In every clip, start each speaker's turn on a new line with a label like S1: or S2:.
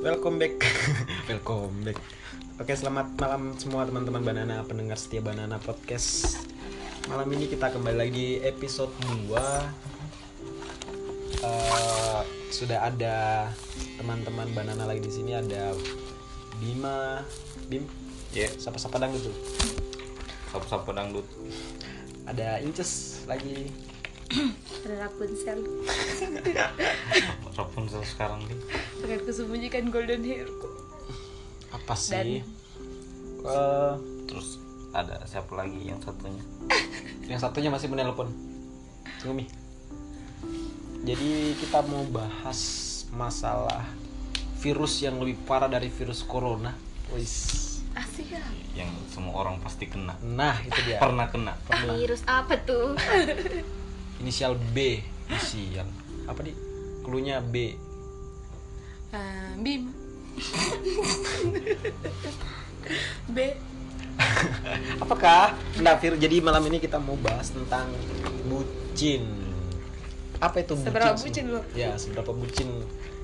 S1: Welcome back. Welcome back. Oke, selamat malam semua teman-teman Banana, pendengar setia Banana Podcast. Malam ini kita kembali lagi episode 2. Eh, sudah ada teman-teman Banana lagi di sini ada Bima, Bim,
S2: Ya,
S1: siapa-siapa dang gitu.
S2: sapu-sapu dangdut.
S1: Ada Inces lagi.
S3: Ada Rapunzel
S2: Rapunzel sekarang nih.
S3: Akan kusembunyikan golden hairku
S1: Apa sih?
S3: Dan-
S1: Eh,
S2: Terus ada siapa lagi yang satunya?
S1: yang satunya masih menelpon Ngumi jadi kita mau bahas masalah virus yang lebih parah dari virus corona Wis.
S3: Asik ya
S2: Yang semua orang pasti kena.
S1: nah itu dia
S2: Pernah kena.
S4: Virus apa tuh?
S1: inisial B inisial apa di klunya B
S3: Ah, Bim B
S1: apakah nah Fir, jadi malam ini kita mau bahas tentang bucin apa itu bucin
S3: Seberapa bucin
S1: sebenarnya?
S3: lu?
S1: ya seberapa bucin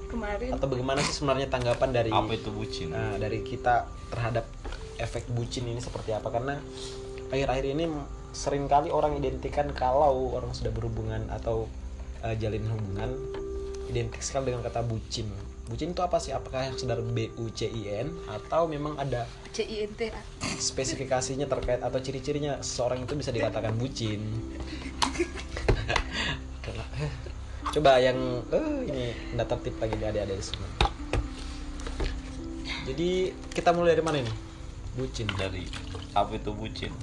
S3: Kemarin
S1: atau bagaimana sih sebenarnya tanggapan dari
S2: Apa itu bucin?
S1: Nah, dari kita terhadap efek bucin ini seperti apa karena akhir-akhir ini seringkali orang identikan kalau orang sudah berhubungan atau eh, jalin hubungan identik sekali dengan kata bucin. Bucin itu apa sih? Apakah sekedar B U C I N atau memang ada
S3: C I N T A
S1: spesifikasinya terkait atau ciri-cirinya seorang itu bisa dikatakan bucin? eh, Coba yang eh, ini nggak tertib lagi nih adik-adik semua. Jadi kita mulai dari mana ini? Bucin.
S2: Dari apa itu bucin?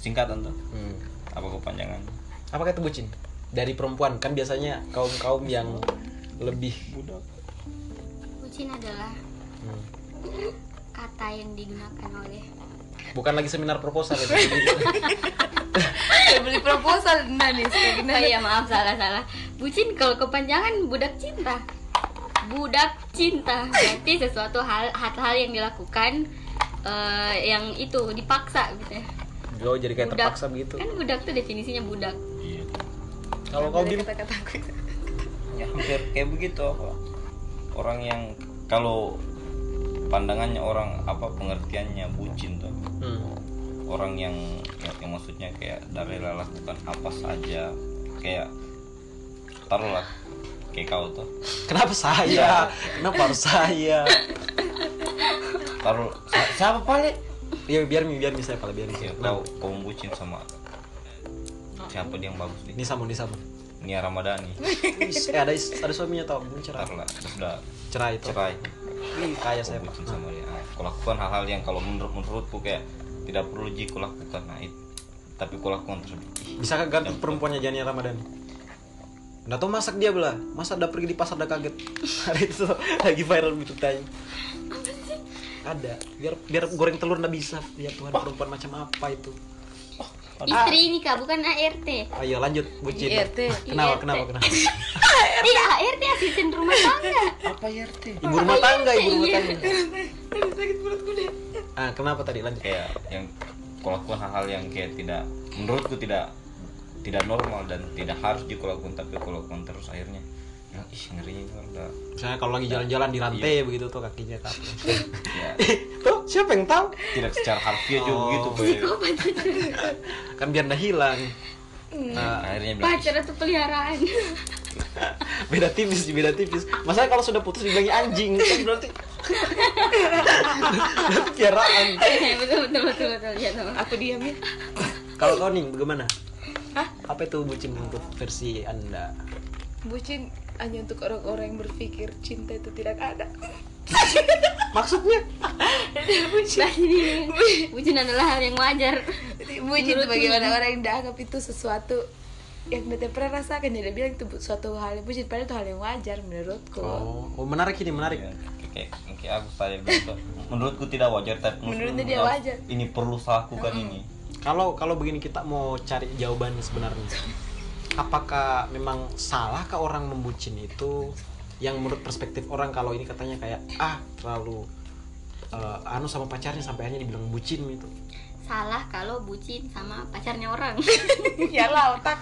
S2: Singkatan tuh.
S1: Hmm.
S2: Apa kepanjangan?
S1: Apakah itu bucin? Dari perempuan kan biasanya kaum kaum yang lebih
S2: Budak.
S4: Bucin adalah
S1: hmm.
S4: kata yang digunakan oleh
S1: bukan lagi seminar proposal gitu. itu.
S3: Saya beli proposal Nah nih kayak gini.
S4: Oh iya maaf salah salah Bucin kalau kepanjangan budak cinta Budak cinta Berarti sesuatu hal hal-hal yang dilakukan eh, Yang itu dipaksa gitu ya
S1: Gue jadi kayak
S4: Budak.
S1: terpaksa begitu.
S4: Kan budak tuh definisinya budak
S2: Iya.
S1: Kalau kau
S3: Dari
S1: bim
S3: kata-kata aku itu.
S2: Ya hampir kayak begitu apa. Orang yang kalau pandangannya orang apa pengertiannya bucin tuh
S1: Hmm.
S2: orang yang yang, yang maksudnya kayak rela lakukan apa saja kayak taruhlah kayak kau tuh
S1: Kenapa saya? Kenapa harus saya?
S2: taruh si- siapa paling
S1: Ya biar mi biar mi saya pala biar mi saya.
S2: ya kau kau bucin sama siapa dia yang bagus nih
S1: Ini sama ini sama.
S2: Nia Ramadhani
S1: Is, eh, ada is- ada suaminya tau belum cerai.
S2: taruhlah terus udah
S1: Cerai itu.
S2: cerai
S1: Ih, kaya
S2: kau
S1: saya pak.
S2: bucin sama dia Ah, kau lakukan hal-hal yang kalau menurut menurutku kayak tidak perlu ji kau lakukan nah, it- tapi kau lakukan tersebut
S1: Bisa kagak ganti perempuannya Jania Ramadan? Nggak tau masak dia belah. Masa ada pergi di pasar udah kaget. Hari itu lagi viral gitu tanya. Ada. Biar biar goreng telur nggak bisa. Ya Tuhan perempuan macam apa itu?
S4: Istri ini kak bukan ART
S1: Ayo iya, lanjut bucin.
S4: Iya,
S3: IRT.
S1: Kenapa
S4: IRT.
S1: kenapa kenapa?
S4: Tidak ART asisten rumah tangga
S3: ya,
S1: Ibu rumah tangga ibu rumah
S4: Iya.
S1: tangga. Ah kenapa tadi lanjut?
S2: kayak yang kau lakukan hal-hal yang kayak tidak menurutku tidak tidak normal dan tidak harus juga kau lakukan tapi kau lakukan terus akhirnya bilang ih ngerinya itu udah
S1: Misalnya kalau lagi jalan-jalan di rantai begitu tuh kakinya kak.
S2: ya
S1: Iya. Eh, tuh siapa yang tahu?
S2: tidak secara harfiah juga gitu,
S1: Oh.
S2: begitu Bay.
S1: Kan biar nggak hilang. Nah,
S2: akhirnya bilang
S4: Pacar atau peliharaan
S1: beda tipis beda tipis masalahnya kalau sudah putus dibilangnya anjing kan berarti berarti piaraan
S4: Iya, Betul betul betul betul ya teman
S3: Aku diam ya
S1: kalau kau nih bagaimana apa itu bucin untuk versi anda
S3: Bucin hanya untuk orang-orang yang berpikir cinta itu tidak ada
S1: maksudnya
S4: Nah ini bucin adalah hal yang wajar
S3: Jadi, Bucin itu
S4: Menurut
S3: bagaimana
S4: lu?
S3: orang yang dianggap itu sesuatu yang bete pernah rasakan dia bilang itu bu- suatu hal yang bucin padahal itu hal yang wajar menurutku
S1: oh, oh menarik ini menarik
S2: ya, kayak kayak aku tadi bilang tuh, menurutku tidak wajar tapi
S3: Menurutnya
S2: menurutku
S3: dia
S2: harus-
S3: wajar.
S2: ini perlu saya lakukan ini
S1: kalau kalau begini kita mau cari jawabannya sebenarnya apakah memang salahkah orang membucin itu yang menurut perspektif orang kalau ini katanya kayak ah terlalu eh, anu sama pacarnya sampai hanya dibilang bucin gitu
S4: salah kalau bucin sama pacarnya orang
S5: ya lah otak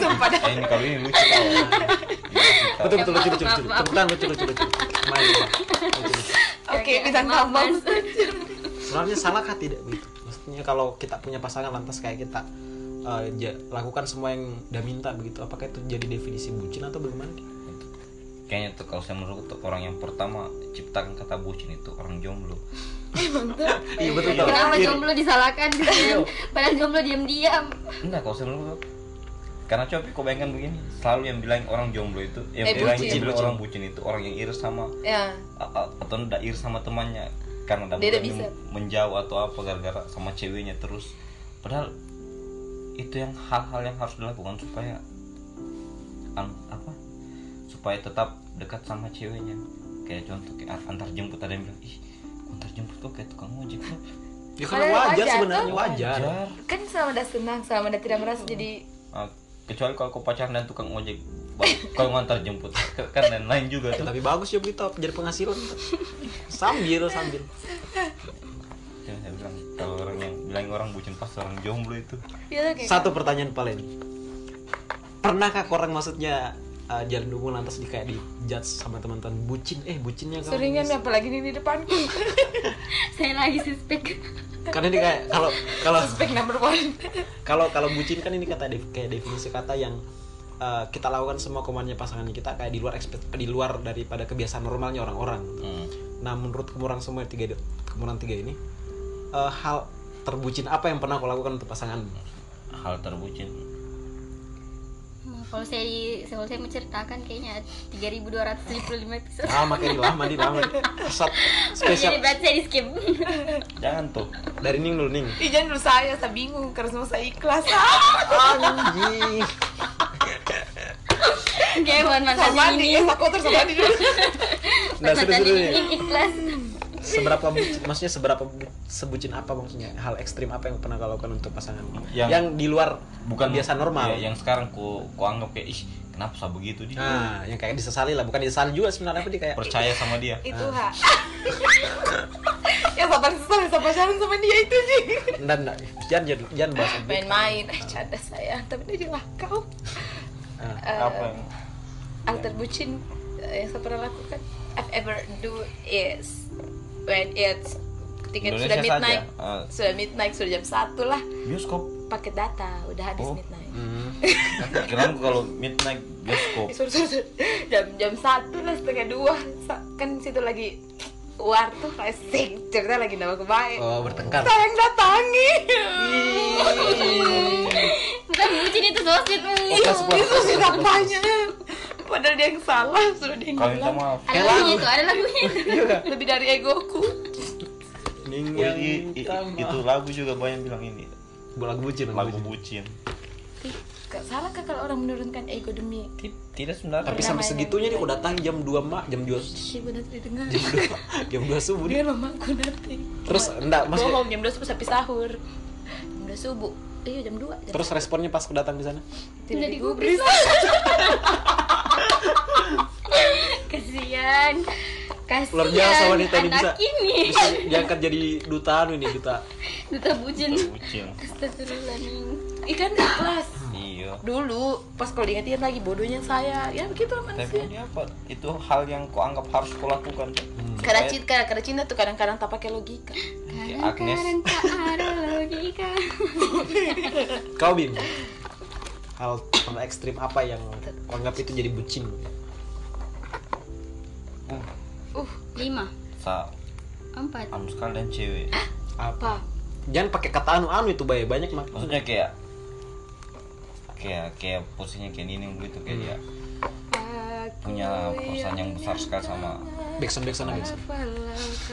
S5: sumpah dah.
S2: Eh, ini kali ini lucu tau. Lucu tau.
S1: betul betul lucu lucu lucu tepuk tangan lucu lucu lucu main lucu.
S5: oke
S4: Kayak
S5: kita
S4: maaf,
S5: tambah
S4: Mas.
S1: sebenarnya salahkah tidak begitu maksudnya kalau kita punya pasangan lantas kayak kita eh, ja- lakukan semua yang dia minta begitu apakah itu jadi definisi bucin atau bagaimana
S2: Kayaknya tuh kalau saya menurut tuh orang yang pertama ciptakan kata bucin itu orang jomblo.
S1: iya betul tau
S4: kenapa
S1: Iya.
S4: jomblo disalahkan padahal jomblo diam-diam
S2: Enggak, kalau saya menurut tuh karena coba kau bayangkan begini, selalu yang bilang orang jomblo itu, yang
S5: Eh,
S2: bilang
S5: bucin.
S2: yang bilang orang bucin itu orang yang iris sama
S5: ya
S2: a- a- atau tidak iris sama temannya karena tidak
S5: Dia tidak
S2: berani menjauh atau apa gara-gara sama ceweknya terus. Padahal itu yang hal-hal yang harus dilakukan supaya an- apa? Supaya tetap dekat sama ceweknya. Kayak contoh kayak antar jemput ada yang bilang, "Ih, antar jemput kok kayak tukang ojek." kok."
S1: ya karena
S5: Padahal
S1: wajar
S5: wajar
S1: sebenarnya
S5: tuh.
S1: wajar
S2: Jar.
S5: kan sama dah senang sama dah tidak merasa jadi
S2: Ah, kecuali kalau kau pacaran dan tukang ojek baru- kalau ngantar jemput kan lain-lain juga tuh
S1: tapi bagus ya begitu jadi penghasilan sambil sambil
S2: Yang saya bilang kalau orang yang bilang orang bucin pas orang jomblo itu
S5: ya tuh kayak
S1: satu pertanyaan paling pernahkah orang maksudnya eh, jalan dulu lantas di kayak di judge sama teman-teman bucin eh bucinnya kamu
S5: seringan apalagi ini di depanku
S4: saya lagi suspek
S1: karena ini kayak kalau kalau
S5: spek number one
S1: kalau kalau bucin kan ini kata def- kayak definisi kata yang eh, kita lakukan semua kemauannya pasangan kita kayak di luar ekspekt- di luar daripada kebiasaan normalnya orang-orang.
S2: hmm.
S1: Nah menurut kemurang semua tiga kemurang tiga ini eh, hal terbucin apa yang pernah kau lakukan untuk pasangan?
S2: hal terbucin
S4: Hmm, kalau saya di- kalau saya menceritakan kayaknya 3275 episode
S1: Ah makanya lama di lama Sat-
S4: jadi
S1: spesial
S4: berarti saya di skip
S2: jangan tuh
S1: dari Ning dulu Ning.
S5: Ih, jangan dulu saya, saya bingung karena semua saya ikhlas.
S1: Anjing.
S4: oke buat mantan
S5: Sama
S4: ini
S5: di, eh, aku terus sama di dulu.
S1: Nah sudah sudah.
S4: mantan ini
S1: nih.
S4: ingin ikhlas
S1: Seberapa bucin- maksudnya seberapa bu- sebucin apa maksudnya hal ekstrim apa yang pernah kau lakukan untuk pasangan? Yang,
S2: Yang-
S1: di luar
S2: bukan
S1: biasa normal.
S2: ya, yang sekarang ku ku anggap kayak ih kenapa sah begitu dia
S1: Nah, yang kayak disesali lah, bukan disesali juga sebenarnya tapi kayak
S2: percaya sama dia
S5: Itu ha. ya sabar sesal sama pacaran sama dia itu sih.
S1: Nggak, nggak. jangan jangan jangan bahas itu.
S5: Main-main, eh canda saya, tapi dia jelas kau.
S1: Ah.
S2: apa yang
S5: Hal terbucin eh, yang saya pernah lakukan I've ever do is when it's ketika
S2: Indonesia
S5: sudah midnight,
S2: saja Ah,
S5: sudah midnight sudah jam satu lah
S2: bioskop
S5: paket data udah habis
S2: Oh.
S5: midnight.
S1: Hmm.
S2: kira kalau midnight bioskop
S5: Eh, suruh, suruh, suruh. jam jam satu lah setengah dua Sa- kan situ lagi war tuh asik cerita lagi nama kebaik
S1: Oh, bertengkar.
S5: sayang datangi
S4: bukan bucin itu sosmed
S1: Oke, sebuah-
S5: itu sih namanya padahal dia yang salah sudah dia yang
S2: kalau minta
S5: bilang.
S2: maaf
S4: ada lagunya itu ada lagunya itu
S1: Iya.
S5: lebih dari egoku
S1: Ning
S2: Wih,
S1: yang
S2: i- i- itu lagu juga banyak bilang ini
S1: bola bucin,
S2: lagu
S1: bucin.
S2: bucin
S5: Gak salah kah kalau orang menurunkan ego demi
S2: Ti- tidak sebenarnya
S1: Tapi sampai
S5: Namanya-
S1: segitunya nih udah datang jam 2 mak, jam 2
S5: sih benar didengar
S1: jam 2 subuh. nih.
S5: dia mamaku nanti
S1: Terus enggak maksudnya
S5: bohong jam dua subuh sampai sahur jam dua subuh iya jam dua jam
S1: terus responnya pas aku datang di sana.
S4: udah
S5: tidak digubris
S4: digubris kasian kasian
S1: Luar biasa wanita ini bisa
S4: anak ini
S1: bisa diangkat jadi duta anu ini duta.
S4: duta bucin
S2: bucin
S4: Astagfirullahaladzim
S5: ikan kelas
S2: iya
S5: dulu pas kalau diingat-ingat lagi bodohnya saya ya begitu lah
S2: tapi
S5: manusia
S2: dia apa itu hal yang kau anggap harus kau lakukan
S5: karena cinta karena cinta tuh kadang-kadang tak pakai logika
S2: Kayak Agnes.
S4: Kadang-kadang tak ada logika
S1: Kau Bim. Hal pernah ekstrim apa yang kau anggap itu jadi bucin?
S5: uh
S4: Lima
S2: sa
S4: Empat
S2: anu sekali dan cewek
S1: Apa?
S5: apa
S1: Jangan pakai kata anu-anu itu Bay. banyak mak.
S2: maksudnya kayak kayak kayak posisinya kayak ini begitu kayak dia punya perusahaan yang besar sekali sama
S1: Backsound backsound backsound.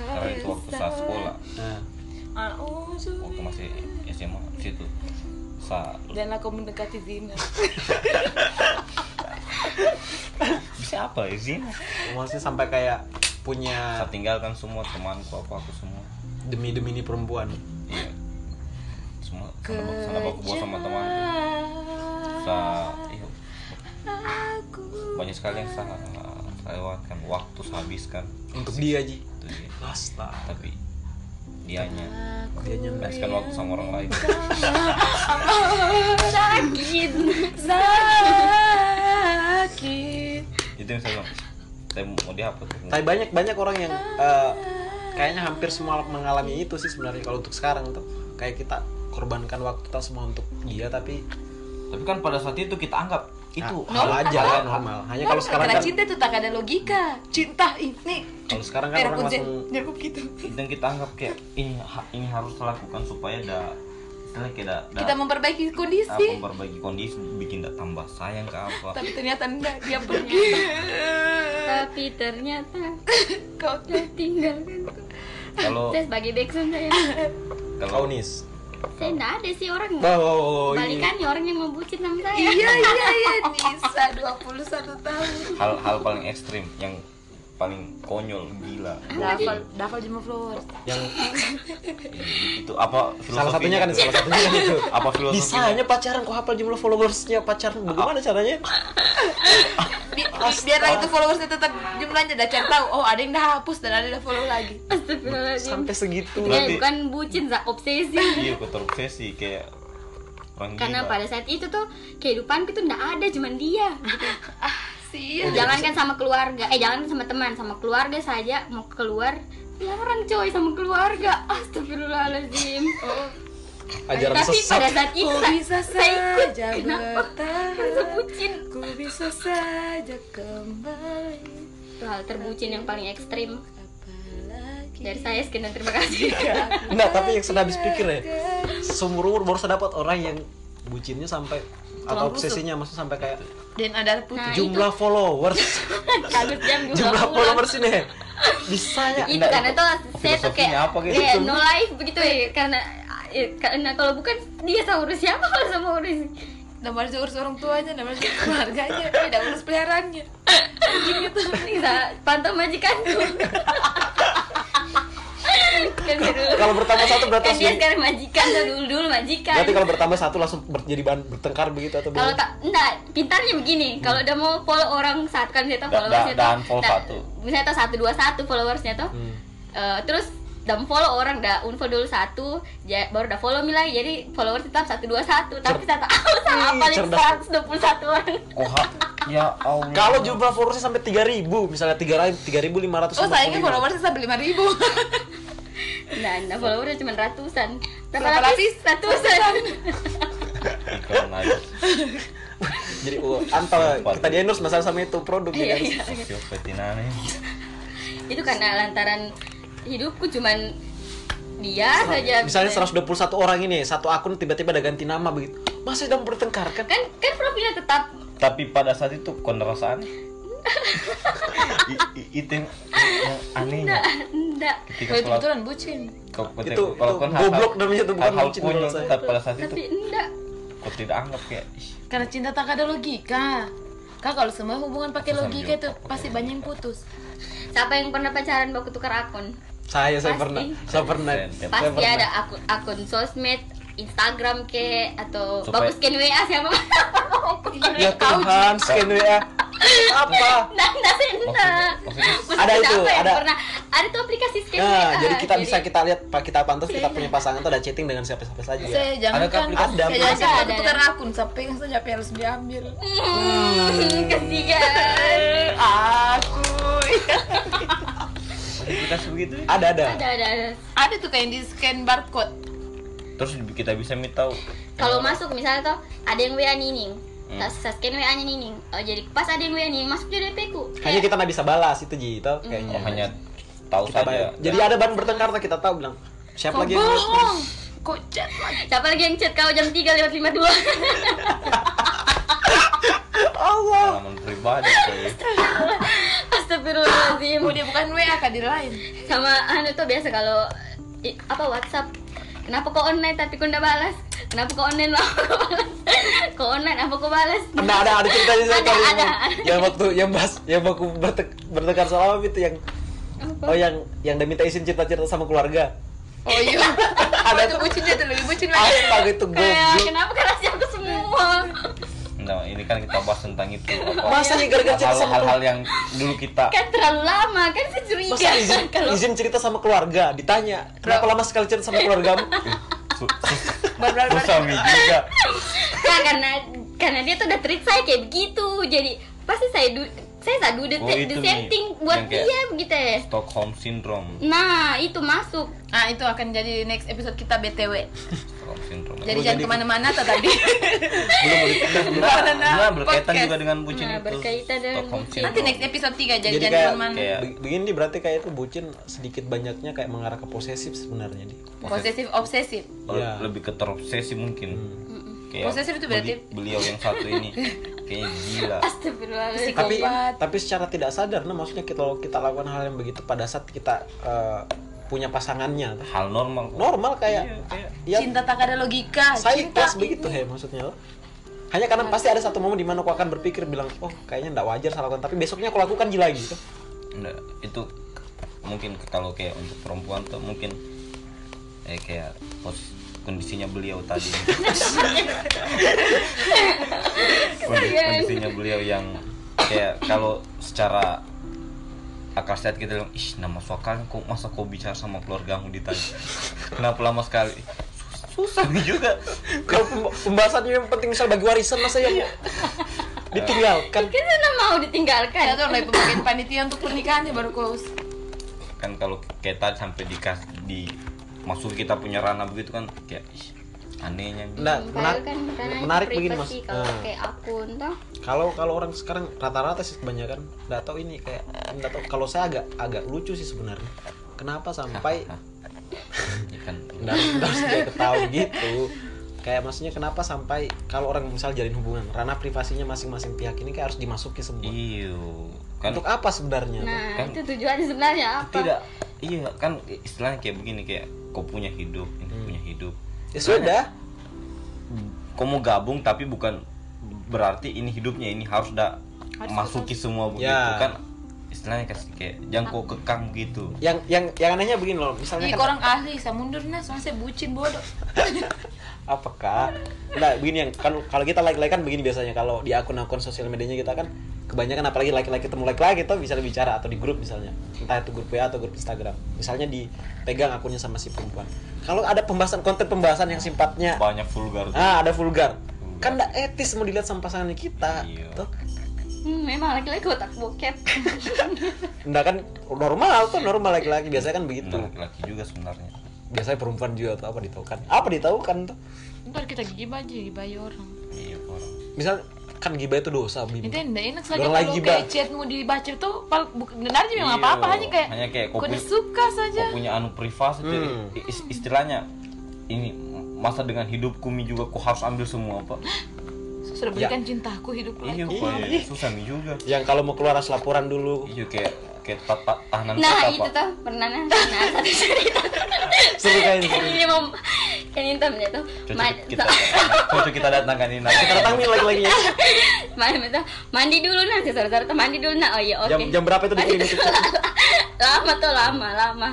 S2: karena itu waktu saya sekolah
S1: Nah, Oh.
S2: waktu masih SMA di situ sa
S5: dan aku mendekati zina
S2: bisa apa ya sih
S1: maksudnya sampai kayak punya
S2: saya tinggalkan semua temanku apa aku semua
S1: demi demi ini perempuan
S2: iya semua sana bawa- sana bawa bawa sama temanku sa iya
S5: aku
S2: banyak sekali yang saya saya lewatkan waktu saya habiskan
S1: untuk dia ji
S2: itu dia
S1: astaga
S2: tapi dianya
S1: dia
S2: habiskan waktu sama orang lain
S4: sakit
S5: sakit
S2: itu yang saya bilang, saya mau dihapus
S1: Tapi banyak banyak orang yang eh, kayaknya hampir semua mengalami itu sih sebenarnya kalau untuk sekarang tuh kayak kita korbankan waktu kita semua untuk dia tapi
S2: tapi kan pada saat itu kita anggap itu
S1: ah, hal aja
S2: hal-
S1: kan normal. Hanya kalau sekarang
S5: karena
S1: kan
S5: cinta tuh tak ada logika cinta ini
S1: kalau sekarang kan
S5: merah
S1: orang
S5: kucing
S1: langsung
S5: cukup gitu
S2: dan kita anggap kayak ini ha- ini harus dilakukan supaya ada istilahnya kayak ada,
S1: Nah.
S2: ada
S5: kita memperbaiki
S2: apa,
S5: kondisi
S2: memperbaiki kondisi bikin da- tambah sayang ke apa
S5: tapi ternyata enggak dia pergi
S4: tapi ternyata
S5: kau
S4: kau tinggalkan ku.
S1: Oh.
S2: kalau
S4: saya sebagai backsound saya
S2: kalau
S1: kau nis.
S4: saya nggak ada sih nah. orang
S1: Oh, ini.
S4: balikan orang yang mau bucin sama saya
S5: iya iya iya Nisa 21 tahun
S2: hal hal paling ekstrim yang paling konyol gila
S5: Dafal, Dafal Jumlah Flowers
S1: yang
S2: itu apa
S1: salah satunya kan
S2: filosofinya
S1: salah satunya kan itu.
S2: tuh? apa filosofinya
S1: Bisanya pacaran kok hafal jumlah followersnya pacaran bagaimana caranya?
S5: Bi- bi- Biarlah itu followersnya tetap jumlahnya Dah cari tahu, oh ada yang dah hapus dan ada yang dah follow lagi
S4: Astagfirullahaladzim
S1: Sampai segitu.
S4: Dia
S2: Berarti-
S4: bukan bucin, Za. obsesi
S2: iya aku terobsesi kayak orang
S4: Karena
S2: gila.
S4: pada saat itu tuh kehidupanku tuh nggak ada, cuman dia
S1: Oh,
S4: gitu.
S1: iya.
S5: Sia
S4: Jangan kan sama keluarga, eh jangan sama teman, sama keluarga saja mau keluar Dilarang coy sama keluarga, astagfirullahaladzim
S1: Ajaran
S4: Tapi pada
S1: sesat.
S4: saat itu
S5: Oh, Ku bisa
S4: saya ikut,
S5: saja
S4: kenapa? Masa
S5: bertahan
S4: bucin
S5: Ku bisa saja kembali
S4: Itu hal terbucin yang paling ekstrim
S5: Apalagi
S4: Dari saya sekian dan terima kasih
S1: Iya. Enggak, tapi yang sudah habis pikir ya. Seumur umur baru saya dapat orang yang bucinnya sampai atau
S5: busuk.
S1: obsesinya maksud sampai kayak
S5: Dan ada putih
S4: Nah
S1: jumlah followers
S4: itu, habis jam gue
S1: jumlah
S4: pulang. Iya,
S1: followers ini ya? bisanya
S4: Itu kan,
S2: Nggak,
S4: karena
S2: itu
S4: tuh saya tuh kayak,
S2: filosofinya apa gitu?
S4: kayak no life begitu ya Karena eh, karena kalau bukan dia sama urus siapa kalau sama urus
S5: Nama harus urus orang tuanya, nama harus urus keluarganya Tidak urus peliharaannya
S4: gitu bisa pantau majikanku kan dia dulu
S1: kalau bertambah satu berarti
S4: kan dia
S1: langsung-
S4: sekarang majikan tuh dulu dulu majikan
S1: berarti kalau bertambah satu langsung ber- jadi bahan bertengkar begitu atau
S4: kalau
S1: bagaimana?
S4: tak enggak pintarnya begini kalau udah mau follow orang satu kan saya tahu
S2: Da-
S4: followersnya
S2: da-
S4: tuh
S2: dan follow
S4: da-
S2: satu.
S4: misalnya tahu satu dua satu followersnya tuh
S1: Hmm.
S4: Eh, terus dan follow orang dah unfollow dulu satu ja- baru dah follow me lagi jadi followers tetap satu dua satu tapi saya tahu sama
S1: Ih,
S4: paling
S1: cerdas.
S4: seratus dua puluh satu orang
S2: Kok ha- ya Allah
S1: kalau jumlah followersnya sampai 3000 misalnya 3000 3500
S5: Oh sayangnya followersnya sampai 5 ribu
S4: nah, nah followersnya cuma ratusan
S5: Berapa lapis?
S4: ratusan
S2: iklan aja
S1: jadi oh, antar kita di endorse masalah sama itu produk ya kan?
S4: Iya,
S1: jadi
S4: iya.
S2: sosio petinane
S4: itu karena lantaran hidupku cuman dia saja
S1: harus- misalnya 121 orang ini satu akun tiba-tiba ada ganti nama begitu masih sedang bertengkar kan
S4: kan kan profilnya tetap
S2: tapi pada saat itu kontrasan I- i- itu yang, yang anehnya
S4: enggak
S2: ketika
S5: Kalau itu
S2: kalau
S5: kebetulan bucin
S2: kalau- ketika-
S1: Itu-
S2: kalau
S1: itu
S2: kan hal-
S1: goblok namanya, itu bukan
S2: hal-hal
S1: bucin
S2: konyol
S1: menurut saya.
S2: tetap pada saat itu
S4: tapi enggak
S2: kau tidak anggap kayak "Ih,
S5: Karena cinta tak ada logika Kak kalau semua hubungan pakai
S2: Susah
S5: logika itu
S2: dijawab.
S5: pasti banyak yang putus
S4: siapa yang pernah pacaran baku tukar akun
S1: saya saya
S4: Pasti.
S1: pernah saya pernah
S2: Pasti
S1: saya
S4: pasti
S1: pernah.
S4: ada akun akun sosmed Instagram ke atau
S2: Supaya-
S4: bagus scan WA siapa
S1: ya Tuhan scan WA apa
S4: nah nah saya enggak
S2: Maksudnya- maksudnya-
S4: Maksudnya
S1: Ada itu,
S4: siapa yang
S1: ada.
S4: pernah ada tuh aplikasi scan
S1: Nah,
S4: WA
S1: jadi kita bisa kita lihat Pak, kita pantau
S4: Iya.
S1: kita punya pasangan tuh ada chatting dengan siapa-siapa saja.
S5: Saya jangan
S2: Adakah
S5: kan
S2: aplikasi?
S1: Iya. Ada,
S5: Saya jangan
S4: ada,
S5: kan
S4: ada.
S5: tukar akun sampai sampai apa yang harus diambil
S4: Hmm, kasihan
S5: Aku
S2: aplikasi begitu ya?"
S1: Ada ada.
S4: ada ada, ada.
S5: Ada tuh kayak yang di scan barcode
S2: terus kita bisa minta
S1: Nah.
S4: kalau masuk misalnya tuh ada yang WA Nining
S1: Hmm.
S4: tak saya scan WA nya Nining Oh, jadi pas ada yang WA Nining masuk di DP ku
S1: Hanya kita nggak bisa balas itu Ji, itu kayaknya.
S2: oh, hanya tahu
S1: kita
S2: saja
S1: bayar. Jadi ada bahan bertengkar tuh kita tahu bilang siapa
S5: Kau
S1: lagi yang
S5: bohong Kok chat lagi
S4: siapa lagi yang chat kau jam 3 lewat 52
S1: Allah.
S2: pengalaman pribadi kayak
S4: Astagfirullahaladzim
S5: Oh dia bukan WA kan dia lain
S4: sama anu tuh biasa kalau i- apa WhatsApp kenapa kau online tapi kau nggak balas kenapa kau online lama kau balas kau online apa kau balas
S1: Nah, ada ada cerita di Ya.
S4: Ada, ada.
S1: Yang waktu yang bahas yang aku bertek, bertengkar sama apa itu yang
S4: Apa?
S1: oh yang yang udah minta izin cerita-cerita sama keluarga.
S5: Oh iya
S1: Ada
S5: Itu
S1: tuh
S5: bucin dia tuh lebih bucin lagi
S1: astaga itu
S4: kayak
S1: goblok.
S4: kenapa kerasnya aku semua
S2: nah, ini kan kita bahas tentang itu apa
S1: Masa nih gara-gara cerita sama
S2: hal-hal yang dulu kita
S4: kan terlalu lama kan saya
S1: Masa
S4: curiga
S1: izin,
S4: kalau
S1: izin cerita sama keluarga ditanya kenapa lama sekali cerita sama keluargamu?
S2: Eh, su- su-
S3: Benar-benar.
S2: susah mi juga
S4: Nah, karena karena dia tuh udah treat saya kayak begitu jadi pasti saya du saya tak do the,
S2: Oh,
S4: the
S2: itu nih,
S4: same thing buat
S2: yang kayak-
S4: dia begitu ya
S2: Stockholm syndrome
S4: nah itu masuk
S3: Nah itu akan jadi next episode kita BTW
S2: Stockholm syndrome
S3: Jadi
S1: Oh,
S3: jangan
S1: jadi-
S3: kemana-mana tuh tadi
S2: belum belum
S3: Karena
S2: Nah, berkaitan
S3: podcast.
S2: juga dengan bucin
S4: Nah,
S2: itu
S4: berkaitan dengan
S2: Stockholm
S4: bucin.
S2: syndrome
S3: Nanti next episode 3 Jadi,
S1: Jadi
S3: jangan
S1: kayak-
S3: kemana-mana
S2: kayak-
S1: Be- Begini berarti kayak itu bucin sedikit banyaknya kayak mengarah ke posesif sebenarnya nih.
S3: Posesif obsesif
S2: Oh,
S1: Iya.
S2: lebih ke terobsesi mungkin kayak
S3: Posesif itu berarti-
S2: beli- beliau yang satu ini kayaknya gila
S4: astagfirullahaladzim
S1: Tapi
S3: Psikopat.
S1: tapi secara tidak sadar nah maksudnya kita kita lakukan hal yang begitu pada saat kita eh, punya pasangannya.
S2: hal normal
S1: Normal kayak
S2: Iya, kayak
S1: ya
S3: Cinta tak ada logika
S1: saya
S3: Cinta
S1: kelas begitu ya maksudnya loh. Hanya karena pasti ada satu momen di mana aku akan berpikir bilang, oh kayaknya nggak wajar salah lakukan, tapi besoknya aku lakukan lagi lagi. gitu.
S2: Nggak, itu mungkin kalau kayak untuk perempuan tuh mungkin eh kayak pos- kondisinya beliau tadi Kondi- kondisinya beliau yang kayak kalau secara akal sehat kita bilang ih nama sokal kok masa kau bicara sama keluargamu ditanya kenapa lama sekali Sus- susah juga
S1: Kalau pemb- pembahasannya yang penting misal bagi warisan masa ya mau ditinggalkan.
S4: kan sana mau ditinggalkan
S3: Saya tuh mulai pembagian panitia untuk pernikahan ya baru close
S2: kan kalau kayak tadi sampai dikas di masuk kita punya ranah begitu kan kayak ih, anehnya
S1: Nah,
S4: Padahal
S1: menar-
S4: kan karena
S1: menarik
S4: privacy
S1: begini mas. Ya,
S4: kalau
S1: Nah,
S4: kayak akun toh
S1: Kalau kalau orang sekarang rata-rata sih kebanyakan nggak tahu ini kayak nggak tahu. Kalau saya agak agak lucu sih sebenarnya. Kenapa sampai
S2: ya kan
S1: nggak harus- nggak harus kayak ketawa gitu? Kayak maksudnya kenapa sampai kalau orang misal jalin hubungan ranah privasinya masing-masing pihak ini kayak harus dimasuki semua.
S2: iyo Iya, kan
S1: Untuk apa sebenarnya?
S4: nah
S2: Kan-
S4: itu tujuannya sebenarnya apa
S2: tidak iya kan istilahnya kayak begini kayak kau punya hidup ini
S1: Hmm.
S2: punya hidup
S1: ya sudah.
S2: kau mau gabung tapi bukan berarti ini hidupnya ini harus dah
S3: Harus
S2: masuki semua begitu
S1: Ya.
S2: kan istilahnya kasih kayak jangan kau kekang gitu
S1: Yang yang yang anehnya begini loh, misalnya
S2: Iya.
S3: Ih
S1: kan-
S3: orang ahli Saya mundur nah Soalnya saya bucin bodoh
S1: apakah nah begini yang kan kalau kita like-like kan begini biasanya kalau di akun-akun sosial medianya kita kan kebanyakan apalagi laki-laki ketemu laki-laki itu bisa bicara atau di grup misalnya entah itu grup WA atau grup Instagram misalnya dipegang akunnya sama si perempuan kalau ada pembahasan konten pembahasan yang sifatnya
S2: banyak vulgar tuh.
S1: Ya. ah ada vulgar kan tidak etis mau dilihat sama pasangan kita gitu.
S2: Iya.
S1: tuh
S4: hmm, memang laki-laki otak bokep
S1: Nggak kan normal tuh normal laki-laki biasanya kan begitu
S2: Nah, laki-laki juga sebenarnya
S1: biasanya perempuan juga tuh apa ditaukan apa ditaukan tuh
S3: Ntar kita gibah aja Gibah orang
S2: iya orang
S1: misal kan gibah itu dosa bim
S2: Iya.
S3: Itu yang nggak enak saja
S1: Orang lagi,
S3: kalau kayak
S1: Bang.
S3: chat mau dibaca tuh pal- bukan benar aja bilang
S2: Iya,
S3: apa-apa hanya kayak
S2: hanya kayak
S3: kau
S2: kopi-
S3: udah suka saja.
S2: kau punya anu privasi tuh,
S1: Hmm.
S2: i- is- istilahnya ini masa dengan hidupku mi juga kau harus ambil semua apa
S3: Sudah berikan cintaku hidupku
S2: Ya. iya
S3: laku.
S2: kok ya, susah mi juga
S1: yang kalau mau keluar harus laporan dulu
S2: iya kayak kayak tata tahanan
S4: nah
S2: kota,
S4: itu
S2: Pak.
S4: tuh pernah nah pernah satu cerita
S1: seru kan
S4: kan ini mau kan ini tuh punya tuh
S2: Cocok
S4: man-
S2: kita
S4: so-
S2: cocok kita datangkan ini nanti.
S1: kita datangin lagi-lagi ya.
S4: Mandi betul. Mandi dulu nah si saudara tuh mandi dulu nah. Oh iya oke.
S1: Jam, jam berapa itu dikirim itu?
S4: lama tuh lama lama.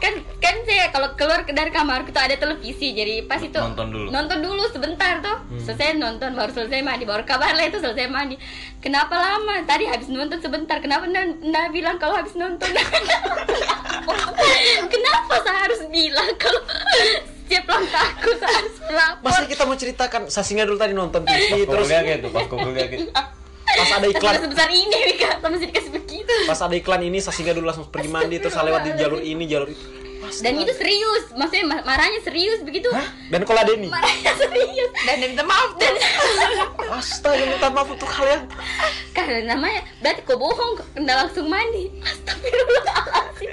S4: Kan kan saya kalau keluar dari kamar tuh ada televisi jadi pas itu
S2: Nonton dulu. Hmm.
S4: Nonton dulu sebentar tuh. Selesai nonton baru selesai mandi baru kabar lah itu selesai mandi. Kenapa lama? Tadi habis nonton sebentar. Kenapa nda, nda bilang kalau habis nonton? Kenapa saya harus bilang kalau setiap langkahku saya harus melapor?
S1: Masa kita mau ceritakan sasinya dulu tadi nonton TV
S2: Pas
S1: terus
S2: kuliah kayak gitu, pas kuliah kayak gitu.
S1: pas ada
S4: Terus
S1: iklan
S4: sebesar ini Mika, sama sih dikasih begitu.
S1: pas ada iklan ini sasinya dulu langsung pergi mandi terus lewat di jalur ini jalur itu.
S4: dan itu serius maksudnya ma- marahnya serius begitu
S1: Dan kalau ada ini,
S4: marahnya serius
S3: Dan dia minta maaf dan
S1: astaga minta maaf untuk hal yang
S4: karena namanya berarti kau bohong kau nggak langsung mandi astagfirullahaladzim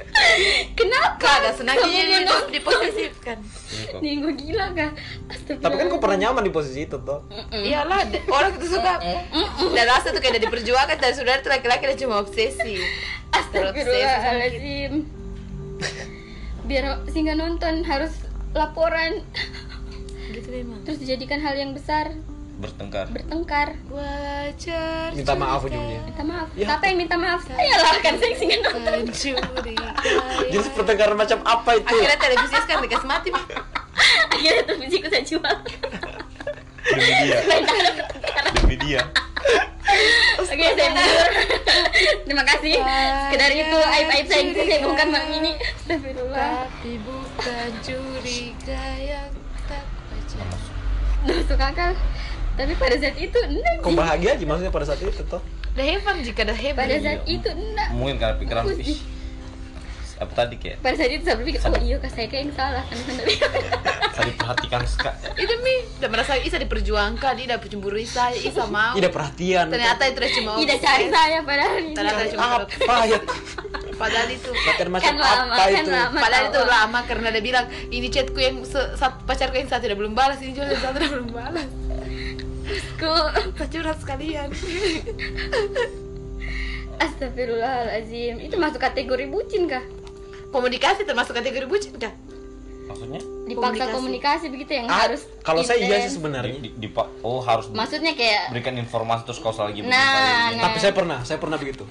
S4: kenapa
S3: Kak, ada senang
S4: kamu
S3: diri
S4: menonton?
S3: terus diposesifkan.
S2: Ini Iya, kok.
S4: nih gua gila kak
S1: Tapi kan kau pernah nyaman di posisi itu toh.
S3: Iyalah, d- orang itu suka dan rasa tuh kayak udah diperjuangkan dan saudara tuh laki-laki dia cuma obsesi.
S4: astagfirullahaladzim biar singgah nonton harus laporan
S3: Gitu memang.
S4: terus dijadikan hal yang besar
S2: bertengkar.
S4: bertengkar
S3: Wajar.
S1: Minta maaf ujungnya.
S4: minta maaf
S1: Ya.
S4: siapa yang minta maaf saya lah kan saya singgah nonton
S3: Mencuri
S1: Jadi pertengkaran macam apa itu?
S3: Akhirnya televisi sekarang dikasih mati. Bang.
S4: akhirnya televisiku saya jual
S2: Demi dia.
S4: Main tangan sekarang.
S2: Demi ini dia
S4: Oke, saya mundur. Terima kasih. Sekedar itu aib-aib saya itu saya bukan mak ini. Astagfirullah.
S3: Tapi bukan curiga yang tak wajar.
S4: Masuk akal. Tapi pada saat itu enggak
S1: Kok
S4: sih.
S1: bahagia aja maksudnya pada saat itu tuh.
S3: Dah hebat jika dah hebat.
S1: ya?
S4: Pada saat itu enggak.
S2: Iya. mungkin karena pikiran
S4: Bagus,
S2: "Ih, apa tadi kayak
S4: Pada saat itu saya berpikir, oh iya kak saya kayak yang salah kan
S2: saya diperhatikan sekali
S3: Itu mi, udah merasa Isa diperjuangkan, Ida cemburu Isa, Isa
S4: Oh.
S3: mau.
S1: Ida perhatian.
S3: Ternyata itu udah cuma
S4: Tidak cari saya padahal ini.
S3: Ternyata cuma
S1: apa ya?
S3: padahal itu
S1: Latihan macam
S4: Kan lama,
S1: apa
S4: kan
S1: itu?
S4: lama.
S3: Padahal itu
S4: Tahu.
S3: lama karena dia bilang ini chatku yang se- saat pacarku yang satu udah belum balas ini juga yang satu udah belum balas.
S4: Ku
S3: Kita curhat sekalian.
S4: Astagfirullahalazim. Itu masuk kategori bucin kah?
S3: Komunikasi termasuk kategori bucin kah?
S2: maksudnya
S4: Dipaksa
S3: Komunikasi.
S4: komunikasi, begitu yang
S1: Ah,
S4: harus
S1: kalau saya iya
S4: intens.
S1: sih
S2: di,
S1: sebenarnya.
S2: di- dipa- oh harus
S4: Maksudnya kayak
S2: berikan informasi terus kau salah lagi
S4: Nah, nah.
S1: Tapi saya pernah, saya pernah begitu.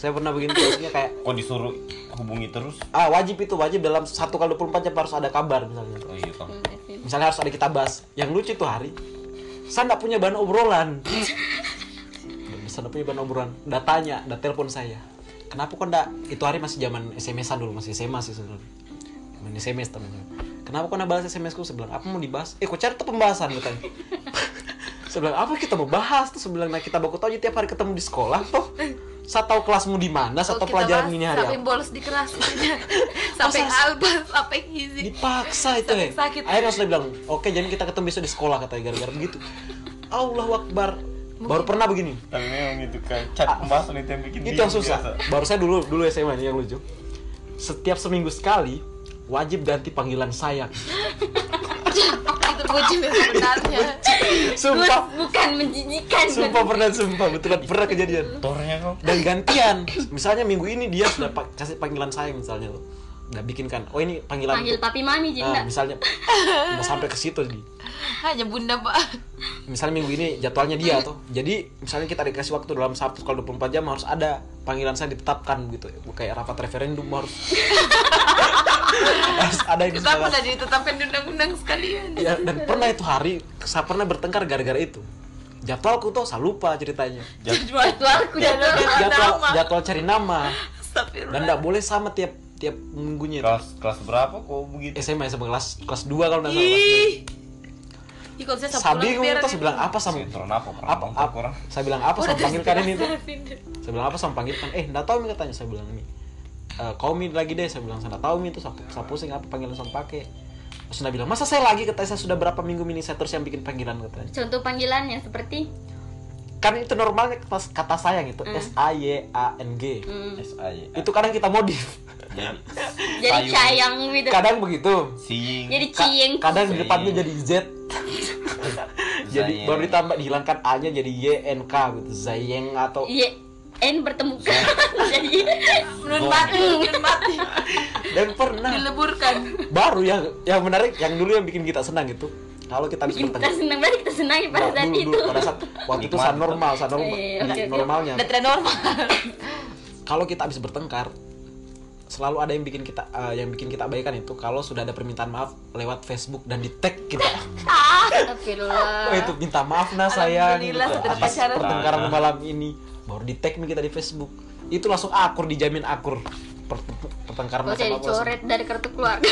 S1: Saya pernah begitu maksudnya kayak
S2: kau disuruh hubungi terus
S1: ah wajib itu wajib dalam satu kali 24 jam harus ada kabar misalnya.
S2: oh iya kau
S1: Misalnya harus ada kita bahas. Yang lucu tuh hari saya nggak punya bahan obrolan. saya nggak punya bahan obrolan. Udah tanya, udah telepon saya. Kenapa kok ndak? Itu hari masih zaman SMS-an dulu, masih SMA sih sebenarnya. Main SMS temennya. Kenapa kok nggak balas SMS ku? Saya bilang, apa mau dibahas? Eh, kok cari tuh pembahasan katanya. saya bilang, apa kita mau bahas? Terus saya bilang, nah kita baku tahu aja tiap hari ketemu di sekolah toh. Saya tahu kelasmu di mana, saya tahu
S3: Kalau Oh, kita
S1: pelajaran
S3: bahas,
S1: ini hari
S3: Sampai
S1: apa.
S3: bolos di kelas intinya. sampai
S1: Masa-
S3: alba, sampai gizi.
S1: dipaksa itu ya
S3: Sakit- sakit.
S1: akhirnya sudah bilang oke jangan kita ketemu besok di sekolah katanya gara-gara begitu Allah Akbar baru pernah begini
S2: tapi memang itu kan cari pembahasan itu yang bikin
S1: itu
S2: bingung
S1: yang susah
S2: biasa.
S1: baru saya dulu dulu SMA ini yang lucu setiap seminggu sekali wajib ganti panggilan sayang
S3: Itu bucin yang sebenarnya.
S4: Gus,
S1: sumpah
S4: bukan menjijikan
S1: sumpah pernah sumpah betulan pernah kejadian
S2: tornya kau
S1: dan gantian misalnya minggu ini dia sudah pa- kasih panggilan sayang misalnya tuh udah bikinkan oh ini panggilan
S4: Panggil papi
S1: nah,
S4: mami Jinda
S1: misalnya udah sampai ke situ jadi
S3: Hanya bunda, Pak.
S1: misalnya minggu ini jadwalnya dia tuh jadi misalnya kita dikasih waktu dalam Sabtu kalau 24 jam harus ada panggilan saya ditetapkan gitu kayak rapat referendum harus harus ada yang
S3: Kenapa
S1: disepakati.
S3: udah ditetapkan di undang-undang sekalian?
S1: ya, dan pernah itu hari saya pernah bertengkar gara-gara itu jadwalku tuh saya lupa ceritanya
S4: Jadwalku jadwal
S1: jadwal
S3: nama.
S1: jadwal cari nama dan
S3: Astagfirullah.
S1: tidak boleh sama tiap tiap minggunya itu.
S2: kelas kelas berapa kok begitu
S1: SMA sama kelas kelas 2 kalau nggak salah
S3: Ih. Ih, kalau saya
S1: saya
S3: sapu
S1: bingung
S3: lampiran
S1: terus saya
S3: itu.
S1: bilang apa sama
S2: sinetron apa kurang
S1: apa,
S2: nonton,
S1: apa
S2: kurang
S1: saya bilang apa
S3: Udah
S1: sama panggilkan ini tuh
S3: terserah, pindah.
S1: saya bilang apa sama panggilkan eh nggak tahu mi katanya saya bilang ini Eh kau mi lagi deh saya bilang saya nggak tahu mi itu saya,
S4: Iya.
S1: saya pusing apa panggilan saya pakai terus dia bilang masa saya lagi katanya saya sudah berapa minggu ini saya terus yang bikin panggilan katanya
S4: Contoh panggilannya seperti
S1: kan itu normalnya kata, kata sayang itu
S4: Mm.
S1: S A Y A N G
S4: hmm,
S2: S A Y A.
S1: itu kadang kita modif
S2: jadi
S4: Jadi
S2: sayur,
S4: sayang gitu
S1: kadang begitu
S2: siing
S4: Jadi
S1: Ka-
S4: ciyeng
S1: kadang di depannya jadi Z jadi
S2: Zayeng.
S1: baru ditambah dihilangkan A nya jadi Y N K gitu Zayeng atau
S4: Iya N bertemu
S1: Iya.
S4: Jadi
S3: Nun mati, nun mati.
S1: dan pernah
S3: Dileburkan.
S1: baru yang yang menarik yang dulu yang bikin kita senang itu kalau kita habis
S4: Bikin kita
S1: bertengkar
S4: senang banget Kita senang
S1: Nah,
S4: pada saat
S1: dulu,
S4: itu
S1: dulu, pada saat waktu itu saat normal saat normal
S4: Iya, oke, oke.
S1: normalnya
S3: Udah tidak normal.
S1: kalau kita habis bertengkar selalu ada yang bikin kita eh, yang bikin kita abaikan itu kalau sudah ada permintaan maaf lewat Facebook dan di tag kita
S4: Ah.
S1: oh,
S4: Astagfirullah
S1: itu minta maaf nah sayang
S3: Alhamdulillah,
S1: gitu,
S3: setelah
S1: atas
S3: pacaran.
S1: pertengkaran malam ini baru di tag nih kita di Facebook itu langsung akur dijamin akur Per- pertengkaran
S4: Kok
S1: macam
S4: saya
S1: apa langsung.
S4: dicoret dari kartu keluarga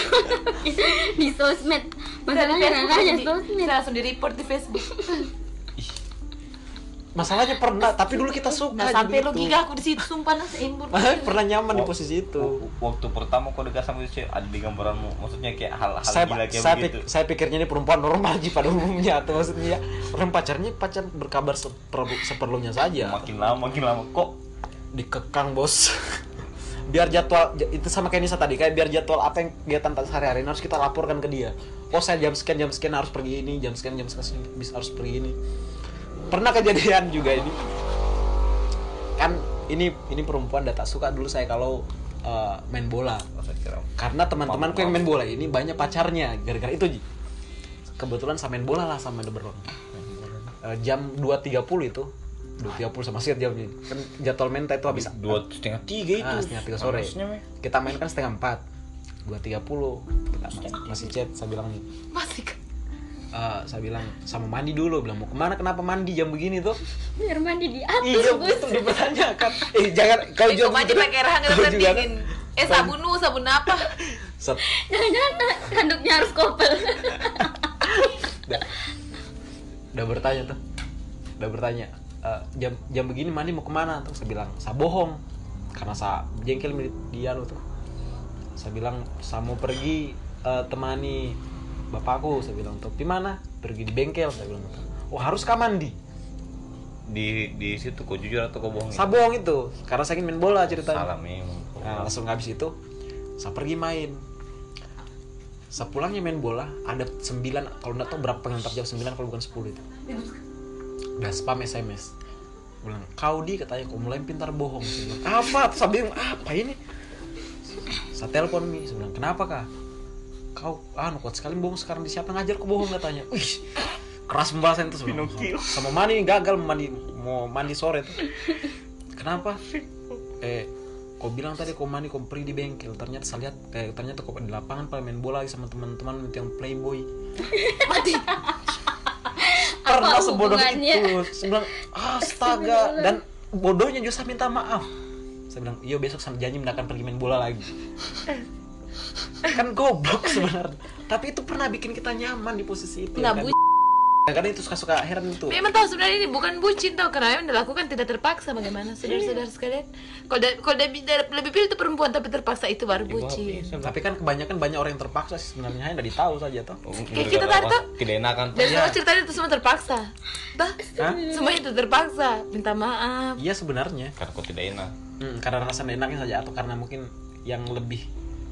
S4: Di sosmed Masalahnya nanya
S3: Di-
S4: sosmed
S3: Saya langsung di report di Facebook.
S1: masalahnya pernah tapi dulu kita suka
S3: Nah,
S1: jadi
S3: sampai lu
S1: gitu.
S3: giga aku di situ sumpah nas imbur.
S1: pernah nyaman di
S2: Wak-
S1: posisi itu
S2: wak- waktu pertama kau dekat sama itu ada di gambaranmu maksudnya kayak hal-hal
S1: saya,
S2: gila kayak
S1: saya,
S2: begitu
S1: pik- saya pikirnya ini perempuan normal sih pada umumnya atau maksudnya ya, orang pacarnya pacar berkabar seperlu- seperlunya saja
S2: makin lama makin lama kok
S1: dikekang bos biar jadwal j- itu sama kayak Nisa tadi kayak biar jadwal apa yang kegiatan tak sehari-hari ini harus kita laporkan ke dia oh saya jam sekian jam sekian harus pergi ini jam sekian jam sekian bis harus pergi ini pernah kejadian juga ini kan ini ini perempuan udah tak suka dulu saya kalau eh, main bola
S2: Oh, saya kira
S1: karena teman-temanku yang main bola ini banyak pacarnya gara-gara itu Ji. kebetulan saya main bola lah sama The Brown Eh, jam 2.30 itu 2.30 sama sih jamnya kan jadwal main itu habis
S2: dua setengah tiga itu
S1: Ah, setengah tiga sore.
S2: Harusnya, Mei.
S1: kita main kan setengah empat 2.30 kita masih chat saya bilang nih
S3: Masih ke-
S1: "Eh, eh, saya bilang sama mandi dulu bilang mau kemana kenapa mandi jam begini tuh
S4: biar mandi
S1: iya
S4: diatur bus
S1: betul dipertanyakan eh jangan kalau
S3: Minum
S1: jawab
S3: aja
S1: gitu
S3: pakai rahang
S1: kalau juga
S3: ngerentingin. Eh sabun lu, sabun apa?
S1: set
S4: jangan-jangan ta- handuknya harus kopel
S1: udah, udah bertanya tuh udah bertanya "Eh, jam jam begini mandi mau kemana terus saya bilang saya bohong karena saya jengkel sama dia loh tuh saya bilang saya mau pergi eh, temani bapakku saya bilang tuh di mana pergi di bengkel saya bilang gitu. oh harus kah mandi
S2: di di situ kau jujur atau kau bohong ya?
S1: saya bohong itu karena saya ingin main bola ceritanya
S2: salah memang
S1: Nah, langsung habis itu saya pergi main. Sepulangnya main bola ada 9 kalau nggak tahu berapa pengantar jam 9 kalau bukan 10 itu. Udah spam SMS. Bilang, "Kau di katanya kau mulai pintar bohong." Saya bilang, "Apa?" Terus saya bilang, "Apa ini?" Saya telepon Mi, saya bilang, "Kenapa, Kak?" Kau anu kuat sekali bohong sekarang di siapa ngajar kau bohong katanya. Wih, keras pembahasan itu sama, sama mandi gagal mandi mau mandi sore tuh. Kenapa? Eh, kau bilang tadi kau mandi kau pergi di bengkel ternyata saya lihat kayak ternyata kau di lapangan paling main bola lagi sama teman-teman yang playboy
S3: Mati.
S1: pernah sebodoh
S4: hubungannya?
S1: itu saya bilang astaga dan bodohnya juga saya minta maaf saya bilang iya besok saya janji tidak akan pergi main bola lagi kan goblok sebenarnya tapi itu pernah bikin kita nyaman di posisi itu
S3: Nggak
S1: ya kan? karena itu suka-suka heran itu
S3: Memang tahu sebenarnya ini bukan bucin tau karena yang dilakukan tidak terpaksa bagaimana saudara-saudara sekalian. Kalau da- kalau da- da- lebih pilih itu perempuan tapi terpaksa itu baru bucin.
S1: tapi kan kebanyakan banyak orang yang terpaksa sih sebenarnya hanya tidak tahu saja toh
S3: Kayak gitu, kita tadi tuh-
S2: tidak enakan tuh.
S3: Dan semua ceritanya itu semua terpaksa. Bah,
S1: Hah?
S3: semua itu terpaksa. Minta maaf.
S1: iya sebenarnya
S2: karena kau Kan tidak enak
S1: Mm, karena rasa nggak enaknya saja atau karena mungkin yang lebih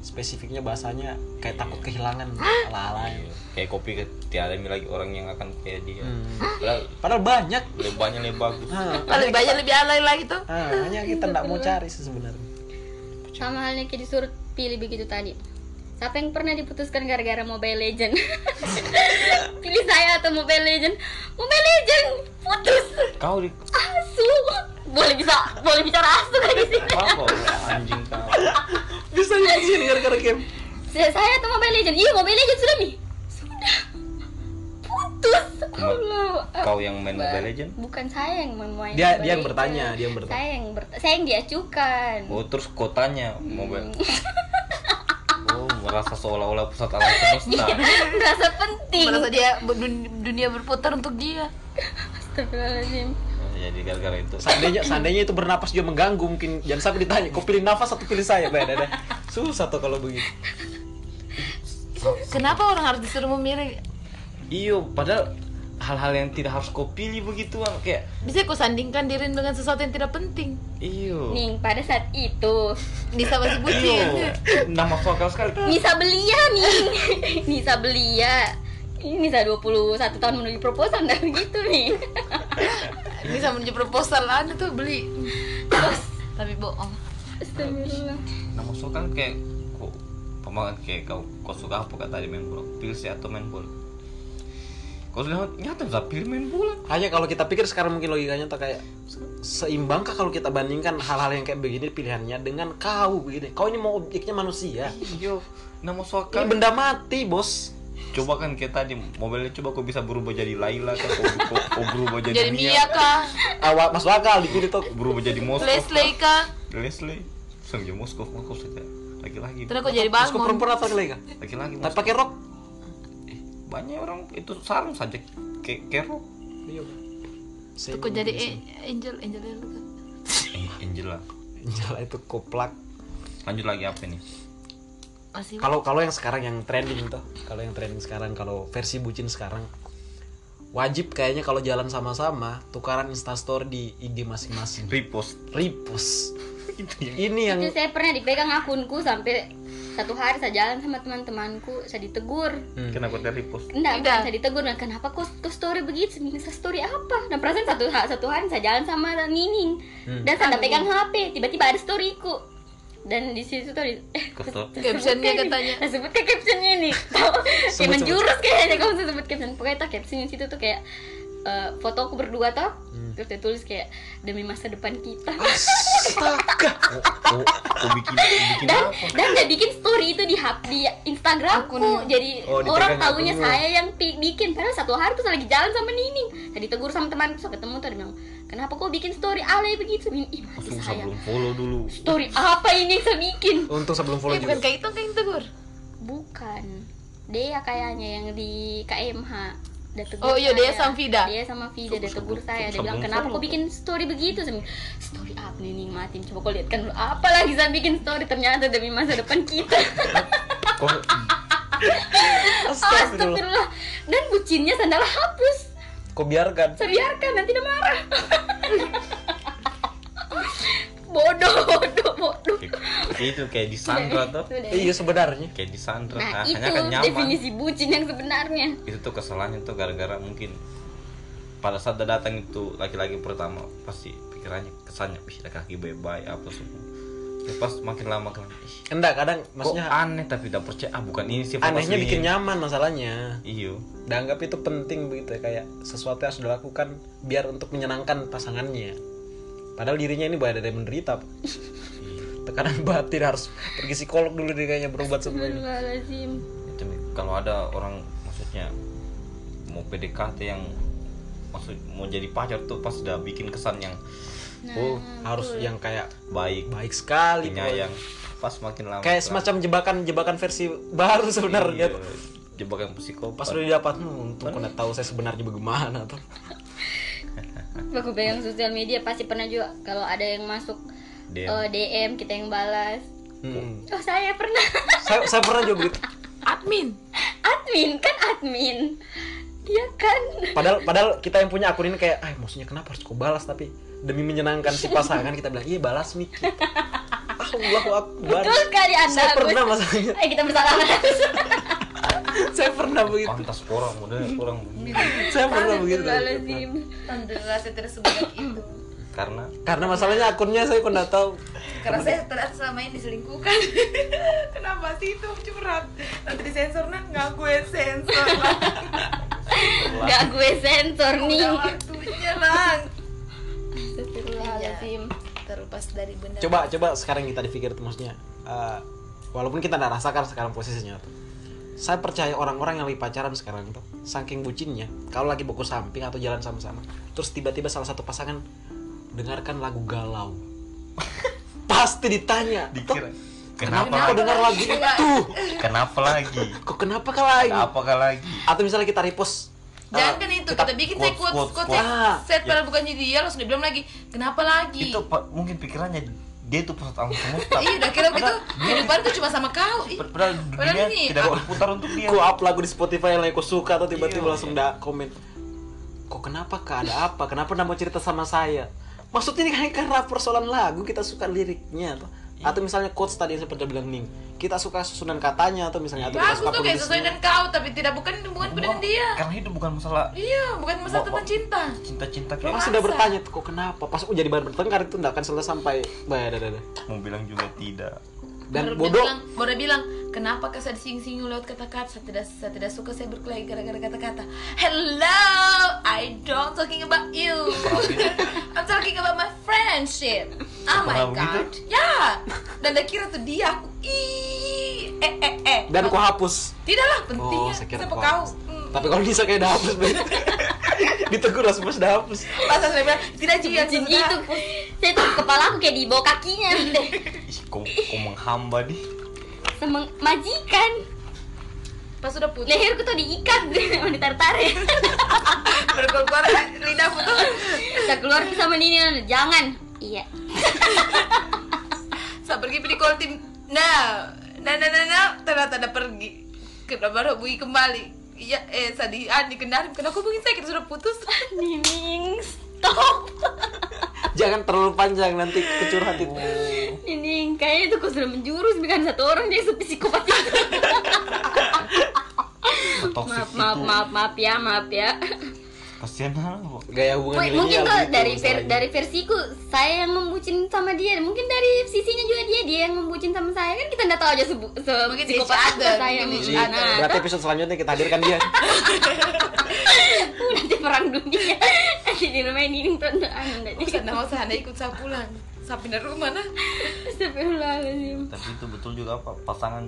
S1: spesifiknya bahasanya kayak takut kehilangan ala-ala.
S2: Iya. kayak kopi ke- tiada ada lagi orang yang akan kayak dia
S1: Hmm.
S2: padahal
S1: Padahal banyak.
S2: lebih banyak lebih bagus
S1: Ah,
S3: Kalau banyak lebih alay lagi tuh.
S1: ah, hanya kita nggak mau cari sih sebenarnya.
S4: sama halnya kayak disuruh pilih begitu tadi siapa yang pernah diputuskan gara-gara Mobile Legend pilih saya atau Mobile Legend Mobile Legend putus
S2: kau di
S4: asu boleh bisa boleh bicara asu kan di sini
S2: apa kau anjing kau
S1: Bisa jadi gara-gara game.
S4: saya, saya atau Mobile Legend iya Mobile Legend sudah mi sudah putus
S2: Cuma
S4: Allah
S2: kau yang main Mobile Legend
S4: bukan saya yang memainkan
S1: Dia- dia yang
S4: Mobile
S1: bertanya,
S4: Legend.
S1: dia yang bertanya.
S4: saya yang bertanya saya yang diacukan
S2: oh terus kotanya Mobile oh merasa seolah-olah pusat alam semesta
S4: merasa penting
S3: Merasa dia dun- dunia berputar untuk dia.
S4: Astagfirullahaladzim
S2: Oh, jadi gara-gara itu
S1: Seandainya, seandainya itu bernapas juga mengganggu mungkin jangan sampai ditanya. Kau pilih nafas atau pilih saya, Bah, dah, dah. Susah tuh kalau begitu.
S3: Kenapa orang harus disuruh memilih?
S2: iyo padahal hal-hal yang tidak harus kau pilih begituan kayak
S3: Bisa kau sandingkan diri dengan sesuatu yang tidak penting.
S2: iyo
S4: Ning pada saat itu
S3: Bisa masih
S2: iyo
S3: bucin.
S2: nama vokal sekali
S4: Nisa belia nih Nisa belia ini Nisa 21 tahun menuju proposal dan gitu nih
S3: Bisa menuju proposal anda tuh beli. Terus tapi bohong.
S4: Astagfirullah
S2: nama vokal Nah, kan kayak kok pemakan kayak kau kau suka apa kata tadi main bola pilih sih atau main bola kau sudah nyata bisa pilih main bola
S1: Hanya kalau kita pikir sekarang mungkin logikanya tuh kayak seimbangkah kalau kita bandingkan hal-hal yang kayak begini pilihannya dengan kau begini. Kau ini mau objeknya manusia.
S2: iyo nama
S1: Ini
S2: vokal
S1: benda mati, Bos.
S2: Nah, kan
S3: Iya.
S2: coba kan kayak tadi mobilnya coba kau bisa berubah jadi Laila kan kau, kau, kau berubah jadi,
S3: Jadi Mia kah?
S1: Awal masuk akal dikit itu.
S2: berubah jadi Moskow
S3: Leslie kah?
S2: Leslie Sang jadi Moskow Moskow saja laki-laki
S3: Terus kau jadi
S1: Terus
S3: bangun.
S1: kau perempuan atau lagi kah?
S2: laki-laki
S1: Tapi
S2: Moskow.
S1: pakai rok.
S2: banyak orang itu sarung saja kayak kerok
S1: Iya.
S3: Terus kau jadi a- angel, angel gitu? dulu kah?
S2: Angela
S1: Jala itu koplak.
S2: lanjut lagi apa nih
S3: Masih
S1: Kalau kalau yang sekarang yang trending tuh, kalau yang trending sekarang kalau versi bucin sekarang wajib kayaknya kalau jalan sama-sama tukaran instastory di IG masing-masing.
S2: repost Gitu ya.
S1: Repost. Ini yang
S4: itu saya pernah dipegang akunku sampai satu hari saya jalan sama teman-temanku saya ditegur
S1: Hmm.
S2: kenapa dia repost
S3: Enggak.
S4: enggak enggak saya ditegur nah, kenapa kok kok story begitu Nining saya story apa dan perasaan satu ha- satu hari saya jalan sama Nining
S1: Hmm.
S4: dan saya nggak pegang HP tiba-tiba ada storyku dan di situ tuh di- eh,
S2: Kesel.
S3: captionnya katanya.
S4: Nah, sebut ke captionnya nih Tahu, kayak
S1: Sebut,
S4: menjurus kayaknya kamu bisa sebut caption pokoknya tuh captionnya situ tuh kayak eh, foto aku berdua tuh
S1: Hmm.
S4: terus dia tulis kayak demi masa depan kita
S1: Astaga.
S2: Oh, oh, oh, bikin bikin
S4: dan
S2: apa
S4: dan dia bikin story itu di hap di Instagramku
S3: Akun.
S4: jadi
S1: Oh, dipegang
S4: orang tahunya
S1: akunnya.
S4: saya yang pi- bikin padahal saya satu hari terus lagi jalan sama Nining tadi tegur sama teman terus ketemu tuh dia bilang kenapa kok bikin story alay begitu Nining ih mati
S2: langsung
S4: saya
S2: sebelum follow dulu
S4: story apa ini yang saya bikin
S1: Untung sebelum
S3: Eh,
S1: follow
S3: bukan
S1: juga.
S3: kayak itu, kayak itu, Gur.
S4: bukan Dea kayaknya yang di KMH Dia
S3: Oh,
S4: tegur
S3: iya, Dea sama
S4: saya.
S3: Vida.
S4: Dea sama Vida dia tegur saya dia
S2: sebelum
S4: bilang kenapa
S2: follow.
S4: kok bikin story begitu saya bilang, story apa Nining matiin coba kau lihat kan dulu apa lagi saya bikin story ternyata demi masa depan kita
S1: Kok Astagfirullah.
S4: Astagfirullah Dan bucinnya sandal hapus
S1: Kok biarkan?
S4: Saya biarkan nanti dia marah Bodoh, bodoh, bodoh
S2: Kayak- eh, itu kayak disandra tuh
S4: Sudah.
S1: Iya sebenarnya.
S2: kayak disandra nah,
S4: Nah itu
S2: hanya kan nyaman
S4: definisi bucin yang sebenarnya
S2: itu tuh kesalahannya tuh gara-gara mungkin pada saat dia datang itu laki-laki pertama pasti pikirannya kesannya ih laki-laki bye-bye apa semua Terus pas makin lama makin lama, ih,
S1: Enggak, kadang
S2: kok
S1: maksudnya
S2: aneh tapi udah percaya ah bukan ini sih
S1: anehnya bikin nyaman masalahnya.
S2: iyo
S1: Dianggap itu penting begitu ya kayak sesuatu yang harus dilakukan biar untuk menyenangkan pasangannya. Padahal dirinya ini banyak ada yang menderita. Pak.
S2: Iya.
S1: Tekanan batin harus pergi psikolog dulu dia kayaknya berobat sebelum ini.
S4: Astagfirullahaladzim
S2: itu kalau ada orang maksudnya mau PDKT yang maksud mau jadi pacar tuh pas udah bikin kesan yang
S3: Nah,
S1: Oh, harus yang kayak
S2: baik
S1: baik sekali.
S2: penyayang pas makin lama
S1: Kayak gitu. semacam jebakan-jebakan versi baru sebenarnya.
S2: Iya, jebakan psikopat
S1: Pas udah didapat, hmm, untung kena tahu saya sebenarnya bagaimana tuh.
S4: Aku pegang sosial media pasti pernah juga Kalau ada yang masuk
S2: DM.
S4: eh, DM kita yang balas
S1: Hmm.
S4: Oh saya pernah
S1: Saya, saya pernah juga gitu. begitu.
S3: Admin.
S4: Admin, kan admin Iya kan
S1: Padahal padahal kita yang punya akun ini kayak, ah maksudnya kenapa harus kau balas tapi demi menyenangkan si pasangan kita bilang, iya balas mik. Allahu Akbar.
S4: Betul kan, sekali anda
S1: Saya
S4: Agus.
S1: pernah masalahnya.
S4: Eh kita bersalah
S1: Saya pernah begitu.
S2: pantas orang modelnya orang
S1: Saya pernah begitu.
S4: Astagfirullahaladzim
S5: Alhamdulillah saya tidak sebanyak itu
S2: karena
S1: Karena masalahnya akunnya saya kok nggak tahu.
S5: Karena saya ternyata selama ini diselingkuhkan Kenapa sih itu curhat Nanti disensor nah nggak gue sensor lah
S4: Gak gue sensor nih
S5: Udah waktunya lang
S4: Astagfirullahaladzim
S5: Terlepas dari benda
S1: Coba coba sekarang kita dipikir tuh maksudnya. eh, walaupun kita nggak rasakan sekarang posisinya tuh. Saya percaya orang-orang yang lagi pacaran sekarang tuh saking bucinnya, kalau lagi buku samping atau jalan sama-sama, terus tiba-tiba salah satu pasangan dengarkan lagu galau. Pasti ditanya,
S2: dikira
S1: Kenapa,
S2: kenapa Iya.
S1: kau dengar lagu itu?
S2: kenapa lagi
S1: Kok kenapa kau lagi?
S2: apakah lagi
S1: Atau misalnya kita repost eh,
S5: Jangan kan itu, kita bikin saya
S2: quotes,
S5: quotes,
S2: quotes,
S5: quotes,
S3: Ah,
S1: quotes.
S5: set padahal bukan jadi dia, langsung dibilang lagi Kenapa lagi?
S2: itu pa- mungkin pikirannya dia itu pusat alam semesta
S5: Iya, udah kira begitu kehidupan tuh cuma sama kau iya. Ih,
S2: Pad- padahal
S5: Padahal
S2: dunia
S5: ini,
S2: tidak
S5: aku-
S2: berputar untuk dia
S1: ku up lagu di Spotify yang lagi kau suka atau tiba-tiba
S2: Iya.
S1: langsung ada komen kok kenapa kak ada apa kenapa nggak mau cerita sama saya maksudnya ini kan karena persoalan lagu kita suka liriknya atau,
S5: Iya.
S1: atau misalnya quotes tadi yang seperti bilang ning kita suka susunan katanya atau misalnya atau kita
S5: Bagus
S1: suka
S5: tuh kayak sesuai
S1: penulisnya.
S5: dengan kau, tapi tidak bukan bukan dengan dia
S2: karena hidup bukan masalah
S5: Iya, bukan masalah
S2: Bapak.
S5: teman cinta
S2: cinta-cinta
S1: Pas
S2: kayak
S1: sudah bertanya tuh kok kenapa pas aku jadi bahan bertengkar itu nggak akan selesai sampai bah, dah, dah, dah.
S2: mau bilang juga tidak
S1: dan
S5: Baru dia
S1: bodoh
S5: bilang, baru dia bilang, kenapa kau saya disinggung lewat kata-kata? Saya tidak, saya tidak suka saya berkelahi gara-gara kata-kata. Hello, I don't talking about you. I'm talking about my friendship. Oh my
S2: Paham
S1: gitu?
S5: god. Ya. Dan dia kira tuh dia aku. Ih, eh eh eh.
S1: dan ku hapus Oh,
S5: Tidaklah pentingnya.
S1: saya kira
S5: Siapa
S1: kau
S5: kau?
S1: hapus.
S5: Hmm.
S1: Tapi kalau bisa kayak udah hapus begitu. Ditegur langsung pas udah hapus.
S5: Pas saya bilang, tidak juga
S4: Bucin
S5: sudah.
S4: itu Saya tuh kepala aku kayak di bawah kakinya
S2: ih kok kok menghamba di
S4: Semeng majikan
S5: Pas sudah putus,
S4: Leherku tuh diikat Mau ditarik-tarik
S5: baru keluar lidahku tuh.
S4: Kita keluar bisa menini Jangan Iya
S5: Saya pergi pilih call tim. Nah, nah, nah, nah, nah, ternyata ada pergi. Kita baru hubungi kembali. Iya, eh, tadi Andi kendaraan. Kenapa hubungi saya? Kita sudah putus.
S4: Nining stop
S1: Jangan terlalu panjang nanti kecur hati.
S4: Nining kayaknya itu kau sudah menjurus Bukan satu orang dia psikopat
S2: toksik
S4: Maaf maaf
S2: itu
S4: maaf maaf ya maaf ya
S2: gitu. kasihan lah Pak.
S1: Gaya hubungan
S4: Mungkin mungkin
S1: milenial
S4: kok
S1: gitu
S4: dari ver-
S1: masalahnya.
S4: dari versiku saya yang membucin sama dia mungkin dari sisinya juga dia dia yang membucin sama saya kan kita nggak tahu aja sebu se
S5: Mungkin
S4: psikopat
S5: each
S4: apa
S5: other,
S4: saya
S5: mungkin
S4: mungkin
S1: Jadi,
S4: Nah,
S1: berarti episode selanjutnya kita hadirkan dia.
S4: tuh nanti perang dunia nanti di rumah ini tuh anu nanti
S5: Usah, nah, usah, anda ikut saya pulang. Saya pindah rumah, nah.
S4: Astagfirullahaladzim
S2: tapi itu betul juga apa pasangan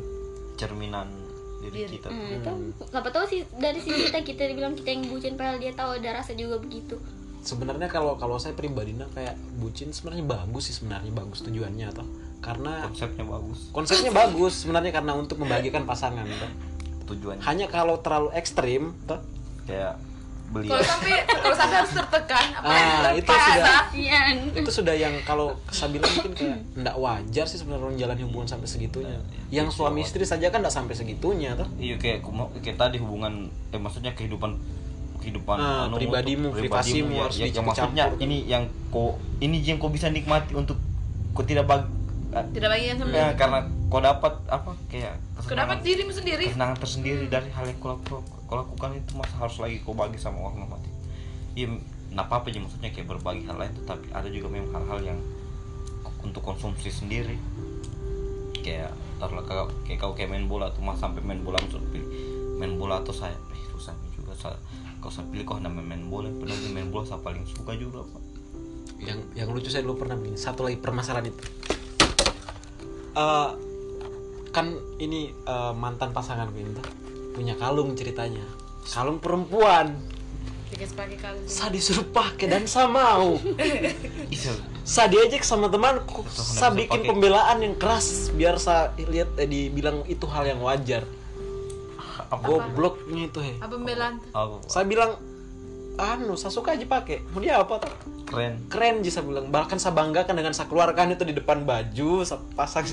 S2: cerminan diri kita
S4: Nah, itu siapa tahu sih dari sisi kita kita dibilang kita yang bucin padahal dia tahu ada rasa juga begitu.
S1: sebenarnya kalau kalau saya pribadinya kayak bucin sebenarnya bagus sih sebenarnya bagus tujuannya toh karena
S2: konsepnya bagus
S1: konsepnya bagus sebenarnya karena untuk membahagiakan pasangan toh.
S2: tujuannya
S1: hanya kalau terlalu ekstrim toh
S2: kayak beli
S5: Kalau sampai kalau sampai harus tertekan apa
S1: ah itu sudah
S4: Kasihan.
S1: itu sudah yang kalau kesabilan mungkin kayak nggak wajar sih sebenarnya orang jalan hubungan sampai segitunya yang suami istri saja kan nggak sampai segitunya toh
S2: iya kayak kuma- kayak tadi hubungan eh maksudnya kehidupan kehidupan anu,
S1: Ah, pribadimu,
S2: untuk
S1: privasimu
S2: ya,
S1: harus
S2: ya, yang
S1: dicampur.
S2: maksudnya ini yang kau ini yang kau bisa nikmati untuk kau tidak bag eh,
S5: Tidak bagi yang
S2: ya,
S5: sempurna.
S4: Iya.
S2: karena kau dapat apa kayak kesenangan-
S5: Kenapa dirimu sendiri?
S2: kesenangan tersendiri dari hal yang kau laku- kau lakukan itu masa harus lagi kau bagi sama orang mati ya nggak apa-apa aja maksudnya kayak berbagi hal lain tetapi ada juga memang hal-hal yang untuk konsumsi sendiri kayak taruhlah kau kayak kau kayak main bola tuh mas sampai main bola maksud pilih main bola atau saya eh susah juga saya kau saya pilih kau nama main bola padahal dia main bola saya paling suka juga pak
S1: yang yang lucu saya dulu pernah begini satu lagi permasalahan itu Eh, kan ini eh, mantan pasangan gue itu punya kalung ceritanya kalung perempuan
S5: Dikasih pakai kalung.
S1: saya disuruh pakai dan saya mau
S2: itu
S1: saya diajak sama teman
S2: kenapa
S1: saya
S2: bisa
S1: bikin
S2: pakai?
S1: pembelaan yang keras biar saya lihat eh, dibilang itu hal yang wajar gobloknya itu he
S5: Apa pembelaan?
S2: apa Pak?
S1: saya bilang anu saya suka aja pakai mau dia apa tuh
S2: keren
S1: keren sih saya bilang bahkan saya banggakan dengan saya keluarkan itu di depan baju saya pasang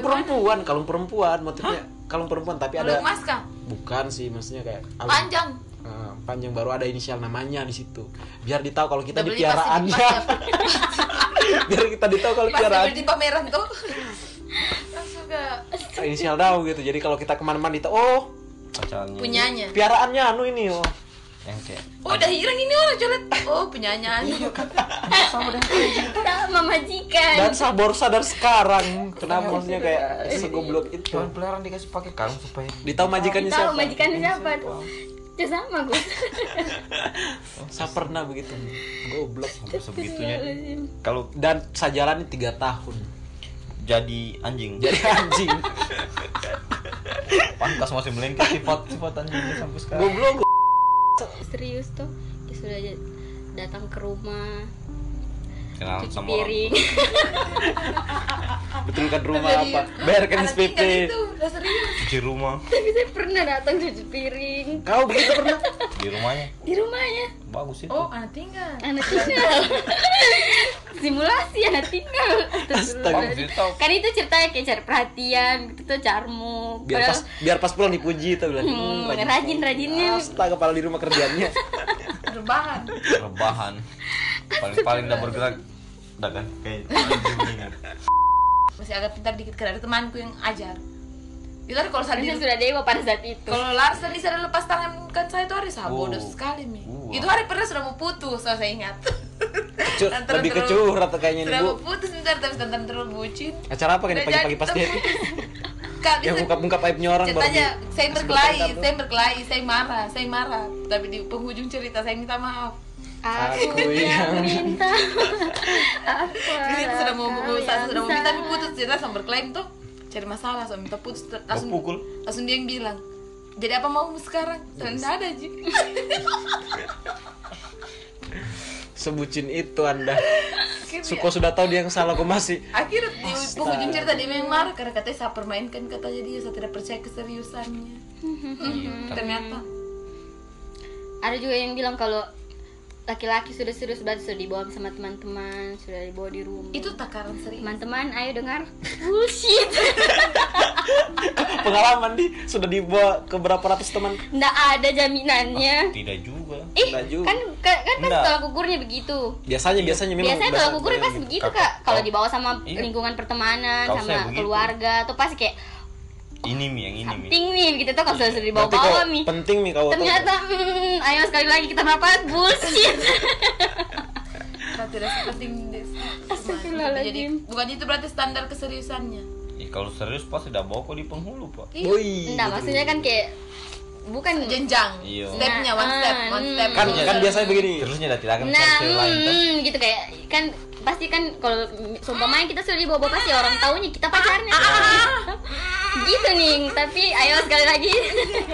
S1: kalung perempuan kalung perempuan motifnya kalung perempuan tapi
S5: Kalau
S1: ada
S5: emas kah?
S1: bukan sih maksudnya kayak alum-
S5: Panjang.
S1: Eh, panjang baru ada inisial namanya di situ biar ditahu kalau kita di
S5: Double lipat,
S1: piaraannya
S5: lipat,
S1: biar kita ditahu kalau
S5: ya. Pas
S1: piaraan
S5: beli di pameran tuh. Langsung ke
S1: inisial daun gitu jadi kalau kita kemana-mana ditahu oh
S2: pacarnya
S5: punyanya.
S1: piaraannya anu ini oh
S2: yang kayak
S5: Oh, udah hilang ini orang colet. Oh, punyanya.
S1: Iya,
S4: Sama
S5: Ya,
S4: majikan.
S1: dan saya baru sadar sekarang kenapa maksudnya kayak segoblok itu
S2: Iya, Cuman peliharaan dikasih pakai kalung supaya
S1: ditahu majikannya
S4: tahu
S1: siapa
S4: majikan siapa tuh ya sama gue
S1: saya pernah begitu goblok
S2: sampai sebegitunya kalau
S1: dan saya jalani tiga tahun
S2: jadi anjing
S1: jadi anjing
S2: pantas masih melengket sifat sifat anjingnya sampai sekarang
S1: goblok
S4: serius tuh dia sudah aja datang ke rumah
S2: kenal
S4: cuci
S2: Nah, sama
S4: piring
S2: orang
S1: betulkan rumah apa bayarkan
S5: Anak
S1: SPP
S5: tinggal itu, udah serius.
S2: cuci rumah
S4: tapi saya pernah datang cuci piring
S1: kau begitu pernah
S2: di rumahnya
S4: di rumahnya
S2: bagus itu
S5: Oh, anak tinggal.
S4: anak tinggal simulasi anak tinggal Terus dulu
S1: Astaga.
S4: dari- kan itu ceritanya kayak cari perhatian gitu tuh carmu
S1: biar pas biar pas pulang dipuji tuh bilang
S4: Hmm, rajin, rajinnya.
S1: astaga kepala di rumah kerjanya
S5: Rebahan.
S2: rebahan paling paling udah bergerak udah kan kayak anjing kan. ini.
S5: Masih agak pintar dikit karena ada temanku yang ajar. Itu hari kalau saya
S4: Padahal saya
S5: di
S4: sudah dewa pada saat itu
S5: Kalau Lars tadi saya lepas tangan kan saya itu hari saya
S2: Oh.
S5: bodoh sekali mi.
S2: Wah.
S5: Itu hari pernah sudah mau putus, kalau saya ingat.
S1: Cur,
S5: Tantan
S1: lebih
S5: terus-
S1: kecur atau kayaknya nih
S5: Sudah
S1: bu
S5: mau putus bentar tapi tentang terlalu bucin.
S1: acara apa kan
S5: Udah
S1: pagi-pagi
S5: jadi
S1: pas dia
S5: temen. Kak,
S1: yang
S5: bisa-
S1: buka-buka aibnya orang baru
S5: ceritanya
S1: di-
S5: saya
S1: kasih
S5: berkelahi,
S1: bertengkar tuh.
S5: saya berkelahi, saya marah, saya marah. Tapi di penghujung cerita saya minta maaf.
S1: Aku yang-
S4: minta
S5: Jadi
S4: Aku
S5: itu sudah mau
S4: harap
S5: mau-
S4: kau
S5: saya
S4: yang
S5: sudah mau minta tapi
S4: salah.
S5: putus cerita sama berkelahi tuh cari masalah, saya minta putus ter- langsung
S2: pukul?
S5: langsung dia yang bilang. Jadi apa mau sekarang? Dan tidak ada Ji.
S1: sebucin itu anda
S5: Akhirnya-
S1: Suko sudah tahu dia yang salah kok masih
S5: Akhirnya di penghujung cerita dia memang marah karena katanya saya permainkan katanya dia saya tidak percaya keseriusannya. Hmm, ternyata
S4: ada juga yang bilang kalau laki-laki sudah serius berarti sudah dibawa sama teman-teman sudah dibawa di rumah
S5: itu takaran serius.
S4: teman-teman ayo dengar bullshit
S1: pengalaman di sudah dibawa ke berapa ratus teman
S4: ndak ada
S2: Iya.
S4: jaminannya
S2: tidak juga
S4: ih
S1: nggak juga.
S4: kan kan, kan pasti
S2: Nggak.
S4: tolak ukurnya begitu
S1: biasanya biasanya memang
S4: biasanya
S1: bahasa-
S4: tolak ukurnya pasti begitu
S2: Kakak-
S4: kak kalau
S2: kau-
S4: dibawa sama
S2: Iya.
S4: lingkungan pertemanan
S2: Kau saya
S4: sama
S2: begitu. Iya.
S4: keluarga tuh pasti kayak
S2: ini mi yang ini mi
S4: penting nih gitu
S2: Iya.
S4: tuh kalau sudah sudah
S1: Berarti kau
S4: dibawa-bawa mi
S1: penting nih kau tahu.
S4: ternyata hmm, ayo sekali lagi kita merapat bullshit
S5: Saya tidak seperti Inggris. Jadi
S4: Astagfirullahaladzim.
S5: bukan itu berarti standar keseriusannya.
S2: Ih, Ya, kalau serius pasti udah bawa kok di penghulu pak
S1: Woi,
S4: ndak
S1: gitu.
S4: maksudnya kan kayak bukan
S5: Jenjang,
S2: Iya.
S5: stepnya one step, one step.
S4: iya.
S1: kan kan biasanya begini
S2: terusnya udah tidak akan
S4: nah
S5: hmm.
S2: cari cewek lain kan?
S4: mm, gitu kayak kan pasti kan kalau seumpamanya kita sudah dibawa pasti orang taunya kita pacarnya gitu nih tapi ayo sekali lagi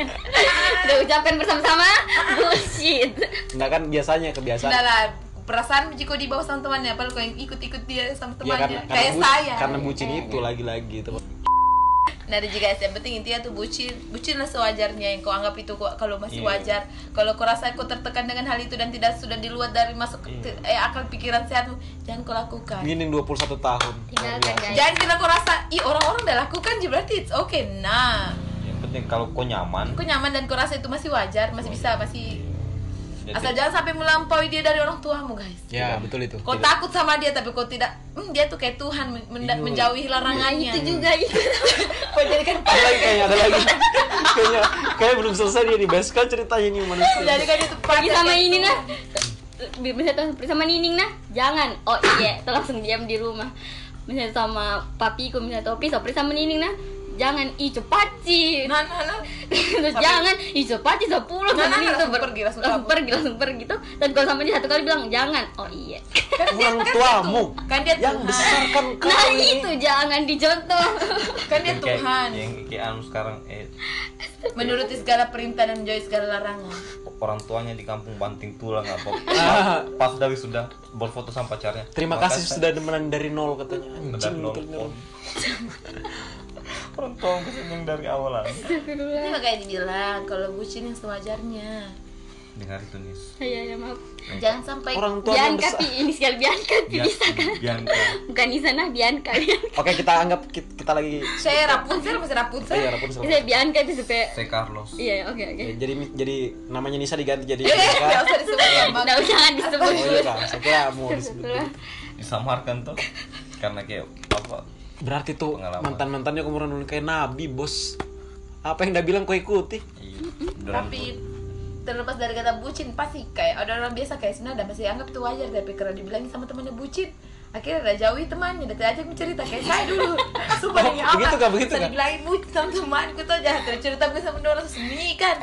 S4: kita ucapkan bersama-sama bullshit
S1: Enggak kan biasanya kebiasaan.
S5: Udah lah, perasaan Jiko dibawa sama temannya, padahal kau yang ikut-ikut dia sama
S1: Ya karena
S5: temannya,
S1: karena,
S5: kayak
S1: bu-
S5: saya.
S1: karena bucin
S4: Iya.
S1: itu lagi-lagi teman.
S5: Nah, ada juga yang penting intinya tuh bucin, bucinlah sewajarnya yang kau anggap itu kok- kalau
S1: Iya.
S5: masih wajar. Kalau kau rasa kau tertekan dengan hal itu dan tidak sudah diluar dari masuk
S1: Iya.
S5: eh, akal pikiran sehatmu, jangan kau lakukan.
S1: Gining 21 tahun. Iya. Luar
S4: Tinggalkan,
S1: biasa.
S4: guys.
S2: Iya,
S5: Jangan kita kau rasa, ih orang-orang udah lakukan, jadi berarti it's okay. Nah,
S2: yang penting kalau kau nyaman
S5: kau nyaman dan kau rasa itu masih wajar,
S1: Oh,
S5: masih
S1: iya.
S5: bisa, masih
S2: jadi-
S5: asal jangan sampai melampaui dia dari orang tuamu, guys.
S1: Ya, betul itu.
S5: Kau
S1: Tidak.
S5: takut sama dia tapi kau tidak, hmm, dia tuh kayak Tuhan men- men-
S1: Iya.
S5: menjauhi larangannya.
S4: itu Nah, gitu juga itu
S5: Kau jadikan
S1: Ada lagi kayaknya, ada lagi. kayaknya kayaknya belum selesai dia di base camp ceritanya nih manusia.
S5: jadikan itu
S4: lagi
S5: pacar
S4: Iya, sama
S5: kayak
S4: ini
S5: Tuhan.
S4: nah bisa tuh bersama Nining nah jangan oh iya tuh langsung diam di rumah misalnya sama papiku misalnya topi sopri sama Nining nah jangan ih cepat sih
S5: Nah, nah, nah.
S4: terus jangan ih cepat sih sepuluh
S5: Nah, nah, nah,
S4: Nining tuh
S5: langsung
S4: ber-
S5: pergi, langsung
S4: langsung
S5: kabur.
S4: pergi langsung pergi tuh tapi kalau sama dia satu kali bilang jangan oh iya
S1: Orang
S5: Kan dia
S1: tuamu
S5: tuh- iya. kan dia
S1: yang
S5: Tuhan.
S1: besarkan kau
S4: nah
S5: ya.
S1: ini.
S4: itu jangan dicontoh
S5: kan dia
S2: yang kayak-
S5: Tuhan
S2: yang kayak anu sekarang eh
S5: menuruti segala perintah dan menjauhi segala larangan
S2: orang tuanya di kampung banting tulang apa
S1: Ah.
S2: pas dari sudah berfoto sama pacarnya
S1: Terima kasih sudah demenan dari nol katanya.
S2: benar
S1: Anjing betul nol.
S2: nonton orang tua pesan yang dari awal lah
S5: ini makanya dibilang kalau bucin yang sewajarnya
S2: dengar itu nih
S5: Iya,
S4: saya ya maaf
S5: jangan sampai
S1: Iya. Orang tua yang besar. Iya.
S4: Bianca Pi, ini sekali Bianca Pi bisa kan
S2: Bianca
S4: bukan Isana Bianca Bianca
S1: Oke, kita anggap kita, kita lagi
S5: saya Rapunzel masih
S1: Oh,
S5: Rapunzel
S1: iya, Rapunzel.
S4: bisa Bianca Pi supaya
S2: saya Carlos
S4: iya oke oke
S1: Ya, jadi jadi namanya Nisa diganti jadi
S5: Iya, nggak
S1: Ika.
S5: usah disebut
S1: Iya.
S5: nama
S4: Nggak usah disebut
S1: Oh iya kak, saya kira mau
S5: Iya.
S1: disebut.
S2: disamarkan tuh karena kayak apa
S1: Berarti tuh
S2: Pengalaman.
S1: mantan mantannya kemarin udah kayak nabi bos. Apa yang udah bilang kau ikuti?
S2: iya,
S5: tapi terlepas dari kata bucin pasti kayak ada orang biasa kayak sebenarnya ada masih anggap itu wajar tapi karena dibilangin sama temannya bucin akhirnya udah jauhi temannya udah tidak ajak cerita kayak saya dulu sumpah
S1: Oh,
S5: demi Allah
S1: begitu, Kak, begitu,
S5: Bisa
S1: Kak?
S5: dibilangin bucin sama temanku tuh jahat Terus cerita gue sama dia langsung sembunyikan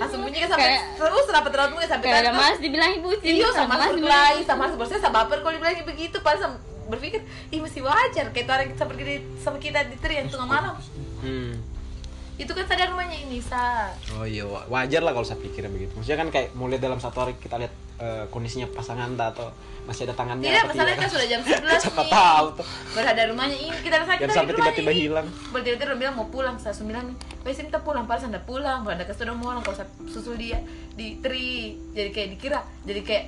S5: langsung sembunyikan sampai
S4: Kayak-
S5: terus rapat rapat gue sampai
S4: Kayak ada
S5: tante.
S4: mas dibilangin bucin
S5: Iya sama
S4: mas
S5: harus berkelahi, sama harus bersih, sama baper kalau dibilangin begitu Padahal sama- berpikir, ih masih wajar Kayak itu orang kita pergi di- sama kita di teriak tengah malam
S1: Hmm.
S5: Itu kan sadar rumahnya ini, Sa
S1: Oh iya, wa- wajar lah kalau saya pikirnya begitu. Maksudnya kan kayak mulai dalam satu hari kita lihat eh, kondisinya pasangan tak atau masih ada tangannya
S5: Tidak,
S1: apa
S5: masalahnya kan
S1: tidak.
S5: sudah jam 11
S1: Siapa
S5: nih
S1: tahu tuh.
S5: Berada rumahnya ini, kita rasa
S1: Yang
S5: kita
S1: sampai
S5: di rumahnya
S1: tiba-tiba
S5: ini.
S1: hilang.
S5: Berarti tiba orang bilang mau pulang, saya langsung bilang, Pesin kita pulang, padahal saya nggak pulang Kalau ada kesudah mau orang, kalau saya susul dia di tri Jadi kayak dikira, jadi kayak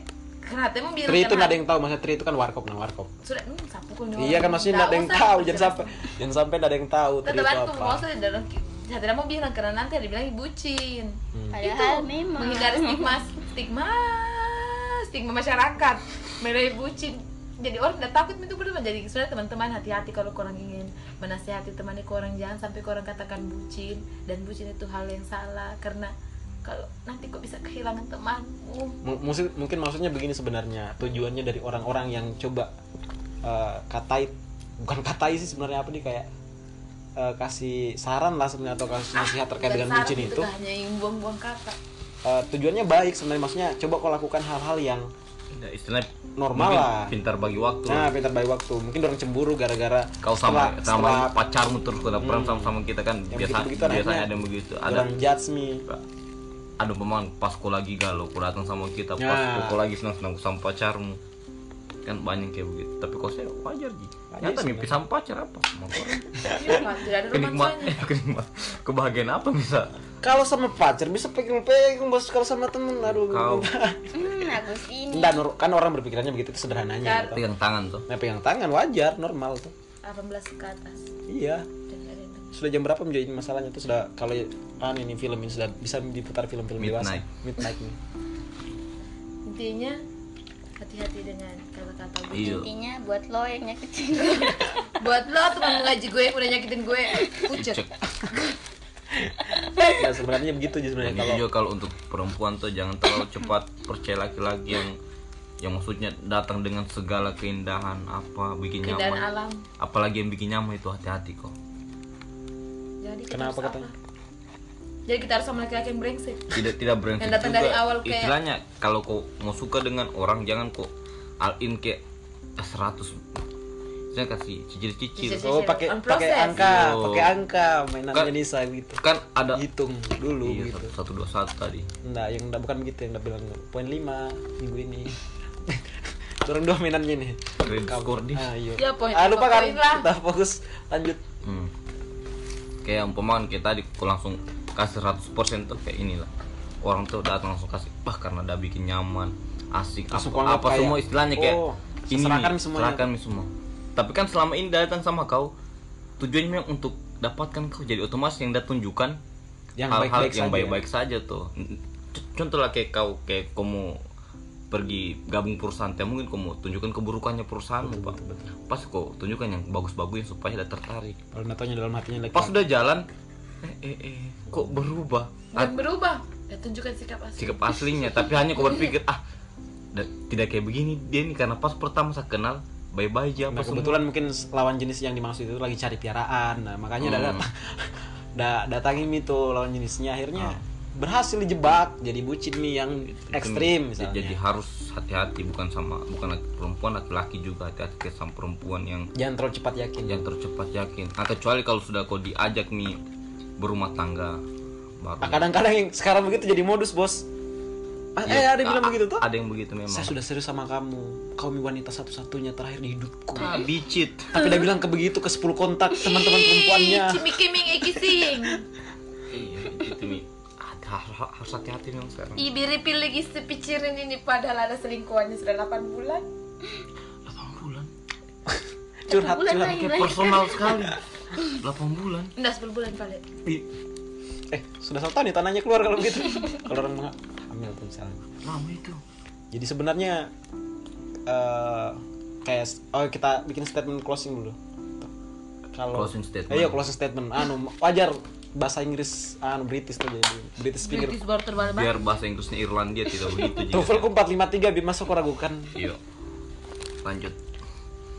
S5: Kenapa emang bilang
S1: Tri itu
S5: Iya, kenapa?
S1: nggak ada yang tahu, maksudnya Tri itu kan warkop, nah warkop.
S5: Sudah, hmm, sapu kau nih
S1: Iya kan
S5: orang.
S1: maksudnya
S5: Nggak
S1: nggak ada yang
S5: usah,
S1: tahu,
S5: nggak
S1: jangan
S5: usah.
S1: sampai jangan sampai nggak ada yang tahu Tri
S5: tetap
S1: itu
S5: aku
S1: apa.
S5: mau saya dalam saya tidak mau bilang karena nanti ada bilang bucin
S1: Hmm.
S4: padahal memang
S5: menghindari stigma stigma stigma masyarakat mengenai bucin jadi orang udah takut itu benar jadi sudah teman-teman hati-hati kalau korang ingin menasihati teman korang jangan sampai korang katakan bucin dan bucin itu hal yang salah karena kalau nanti kok bisa kehilangan temanmu
S1: M- mungkin mungkin maksudnya begini sebenarnya tujuannya dari orang-orang yang coba eh, katai bukan katai sih sebenarnya apa nih kayak eh, kasih saran lah sebenarnya atau kasih nasihat terkait
S5: Dan
S1: dengan
S5: Ah, saran gitu kan.
S1: bucin itu
S5: hanya yang buang-buang kata
S1: Eh, tujuannya baik sebenarnya maksudnya coba kau lakukan hal-hal yang
S2: Ya, istilahnya
S1: normal
S2: mungkin
S1: lah
S2: pintar bagi waktu
S1: nah pintar baik waktu mungkin orang cemburu gara-gara
S2: kau
S1: setelah-
S2: sama sama
S1: setelah
S2: pacarmu terus kena perang
S1: Hmm.
S2: sama sama kita kan
S1: Yang
S2: biasa
S1: begitu-begitu anaknya.
S2: biasanya ada yang begitu ada
S1: orang judge me
S2: ada pemain pas kau lagi galau kau datang sama kita pas
S1: Ya.
S2: kau lagi senang senang sama pacarmu kan banyak kayak begitu tapi kau saya wajar ji
S1: Wajar
S2: nyata
S1: sih,
S2: mimpi sama pacar apa Sama orang.
S5: Iya, tidak ada
S2: kenikmat
S5: romantisnya
S2: eh, kenikmat kebahagiaan apa bisa
S1: kalau sama pacar bisa pegang-pegang bos kalau sama temen aduh
S2: Kau.
S4: hmm, aku sini
S1: Enggak, nor- kan orang berpikirannya begitu itu sederhananya gitu.
S2: pegang tangan tuh
S1: Nah, pegang tangan wajar, normal tuh.
S5: 18 ke atas
S1: Iya.
S5: dan ada yang
S1: Sudah jam berapa menjadi masalahnya itu sudah kalau kan ini film ini sudah bisa diputar film-film dewasa.
S2: Midnight.
S1: Midnight nih.
S5: intinya hati-hati dengan kata-kata gue
S2: iya
S4: intinya buat lo yang nyakitin
S5: buat lo teman ngaji gue yang udah nyakitin gue pucet
S2: cek
S1: Ya sebenarnya begitu aja sebenarnya
S2: Dan
S1: kalau
S2: juga kalau untuk perempuan tuh jangan terlalu cepat percaya laki-laki yang yang maksudnya datang dengan segala keindahan apa bikin
S5: keindahan
S2: nyaman.
S5: alam
S2: Apalagi yang bikin nyaman itu hati-hati kok.
S5: jadi kita
S1: Kenapa
S5: harus
S1: katanya?
S5: apa? jadi kita harus sama laki-laki yang brengsek
S2: Tidak tidak brengsek
S5: Yang datang
S2: juga.
S5: dari awal kayak-
S2: Istilahnya kalau kau mau suka dengan orang jangan kok all in kayak "Ah, seratus saya kasih cicil-cicil
S5: Cicil-cicil.
S1: oh pakai
S5: On
S1: pakai
S5: process.
S1: angka
S2: Oh.
S1: pakai angka mainannya
S2: Kan-
S1: Nisa gitu
S2: kan ada
S1: hitung dulu
S2: iya,
S1: gitu
S2: satu, satu dua satu tadi
S1: Nah, yang udah bukan gitu yang udah bilang poin 5 minggu ini. Dorong dua mainannya nih.
S2: Kredit skor nih.
S1: Ayo.
S5: Ya, poin
S1: ah,
S5: lima,
S1: lupa kan.
S5: poin lah.
S1: Kita fokus lanjut.
S2: hmm. kayak umpamaan kayak tadi aku langsung kasih 100% tuh kayak inilah orang tuh datang langsung kasih wah karena udah bikin nyaman asik
S1: Langsung
S2: apa,
S1: kuanggap
S2: apa
S1: kayak,
S2: semua istilahnya kayak
S1: oh,
S2: ini
S1: serahkan
S2: nih,
S1: semuanya.
S2: serahkan nih semua tapi kan selama ini datang sama kau tujuannya memang untuk dapatkan kau jadi otomatis yang dia tunjukkan
S1: Yang
S2: hal-hal
S1: baik-baik
S2: yang
S1: saja.
S2: baik-baik saja tuh C- contoh lah kayak kau kayak kau mau pergi gabung perusahaan teh mungkin kau mau tunjukkan keburukannya perusahaan pak pas kau tunjukkan yang bagus-bagus supaya dia tertarik
S1: Kalau natonya dalam hatinya lagi.
S2: pas udah jalan eh eh, eh kok berubah
S5: Bukan
S2: Ah,
S5: berubah. Ya tunjukkan sikap asli.
S2: sikap aslinya tapi hanya kau berpikir ah da- tidak kayak begini dia nih karena pas pertama saya kenal bye-bye aja
S1: Nah,
S2: apa semua.
S1: kebetulan mungkin lawan jenis yang dimaksud itu lagi cari piaraan. Nah, makanya udah
S2: Hmm.
S1: da datangin itu lawan jenisnya akhirnya
S2: Ah.
S1: berhasil dijebak jadi bucin nih yang ekstrim
S2: Jadi-
S1: misalnya.
S2: jadi harus hati-hati bukan sama bukan laki- perempuan laki-laki juga hati-hati kayak sama perempuan yang
S1: Jangan terlalu cepat yakin.
S2: yang tercepat yakin nah, kecuali kalau sudah kau diajak nih berumah tangga baru
S1: Ah, kadang-kadang yang sekarang begitu jadi modus, Bos. Ah, eh,
S2: Ya,
S1: ada yang bilang
S2: a-
S1: begitu tuh?
S2: ada yang begitu memang
S1: Saya sudah serius sama kamu. Kau wanita satu-satunya terakhir di hidupku.
S2: Ah, bicit
S1: Tapi dia bilang ke begitu ke 10 kontak teman-teman perempuannya.
S3: Cimikiming ikising.
S2: iya itu mi Ada- har- harus hati-hati memang sekarang
S5: Ibi ripil lagi sepicirin ini padahal ada selingkuhannya sudah 8 bulan.
S2: 8 bulan
S1: Curhat
S4: Bulan
S1: curhat.
S4: lagi.
S2: kayak personal
S5: kan.
S2: sekali 8 bulan
S5: Enggak 10 bulan balik.
S2: Ih,
S1: Eh, sudah satu tahun nih tanahnya keluar kalau begitu. kalau orang mah hamil tuh misalnya.
S2: lama itu
S1: Jadi sebenarnya eh kayak oh kita bikin statement closing dulu. Kalau
S2: Closing statement.
S1: Eh, Iya, closing statement. Anu wajar bahasa Inggris anu British tuh jadi British speaker.
S5: British baru
S1: Iya.
S5: terbalik.
S2: biar bahasa Inggrisnya Irlandia tidak begitu juga.
S1: TOEFL ku 453 bi masuk ragukan
S2: Yuk, lanjut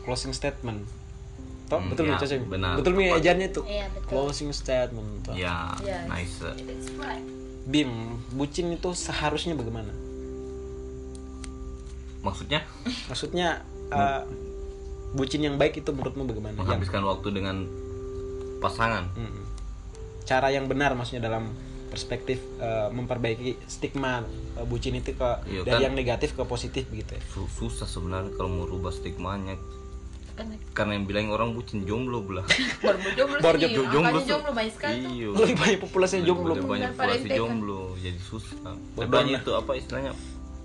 S1: closing statement. Toh,
S2: Hmm,
S1: betul nih
S2: ya,
S1: Cocok?
S2: benar.
S1: Betul nih
S2: Tepat.
S1: ejaannya tuh.
S4: Iya, betul.
S1: Closing statement. Toh.
S2: ya
S5: Yes.
S2: nice
S1: Bim, bucin itu seharusnya bagaimana?
S2: maksudnya
S1: Maksudnya
S2: Hmm.
S1: eh, bucin yang baik itu menurutmu bagaimana? Yang-
S2: menghabiskan waktu dengan pasangan
S1: Mm-mm. Cara yang benar maksudnya dalam perspektif eh, memperbaiki stigma eh, bucin itu ke
S2: Iya,
S1: dari
S2: kan? Iya.
S1: yang negatif ke positif begitu ya.
S2: Su- susah sebenarnya kalau mau rubah stigmanya
S5: Karena
S2: karena yang bilang orang bucin jomblo belah
S5: Kan baru jomblo
S1: Baru
S5: sih.
S1: jomblo-
S5: Angkanya
S2: tuh.
S5: Iya, jomblo banyak sekali tuh.
S2: Iya.
S1: Lebih banyak populasi yang jomblo.
S2: Lebih banyak
S5: Daripada
S2: populasi
S5: yang taken.
S2: jomblo jadi susah
S1: Bodoh
S2: Tapi
S1: lah.
S2: itu apa istilahnya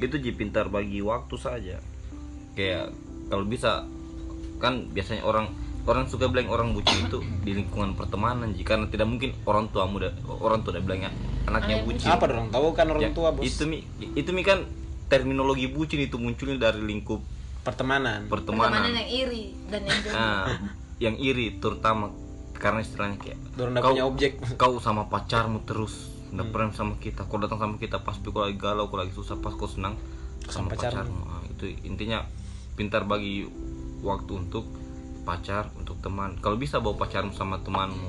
S2: itu jadi pintar bagi waktu saja kayak kalau bisa kan biasanya orang orang suka bilang orang bucin itu di lingkungan pertemanan jika karena tidak mungkin orang tua muda orang tua udah bilangnya anaknya bucin
S1: Apa dong? Tahu kan orang
S2: Ya,
S1: tua bos.
S2: itu mi itu mi kan terminologi bucin itu munculnya dari lingkup
S1: Pertemanan.
S5: Pertemanan
S2: pertemanan
S5: yang iri dan yang jomblo.
S2: Nah, yang iri terutama karena istilahnya kayak
S1: Dorong nggak punya objek.
S2: kau sama pacarmu terus
S1: Hmm.
S2: nggak pernah sama kita kau datang sama kita pas kau lagi galau kau lagi susah pas kau senang
S1: Sama
S2: sama,
S1: pacarmu.
S2: pacarmu, Ah, itu intinya pintar bagi waktu untuk pacar untuk teman kalau bisa bawa pacarmu sama temanmu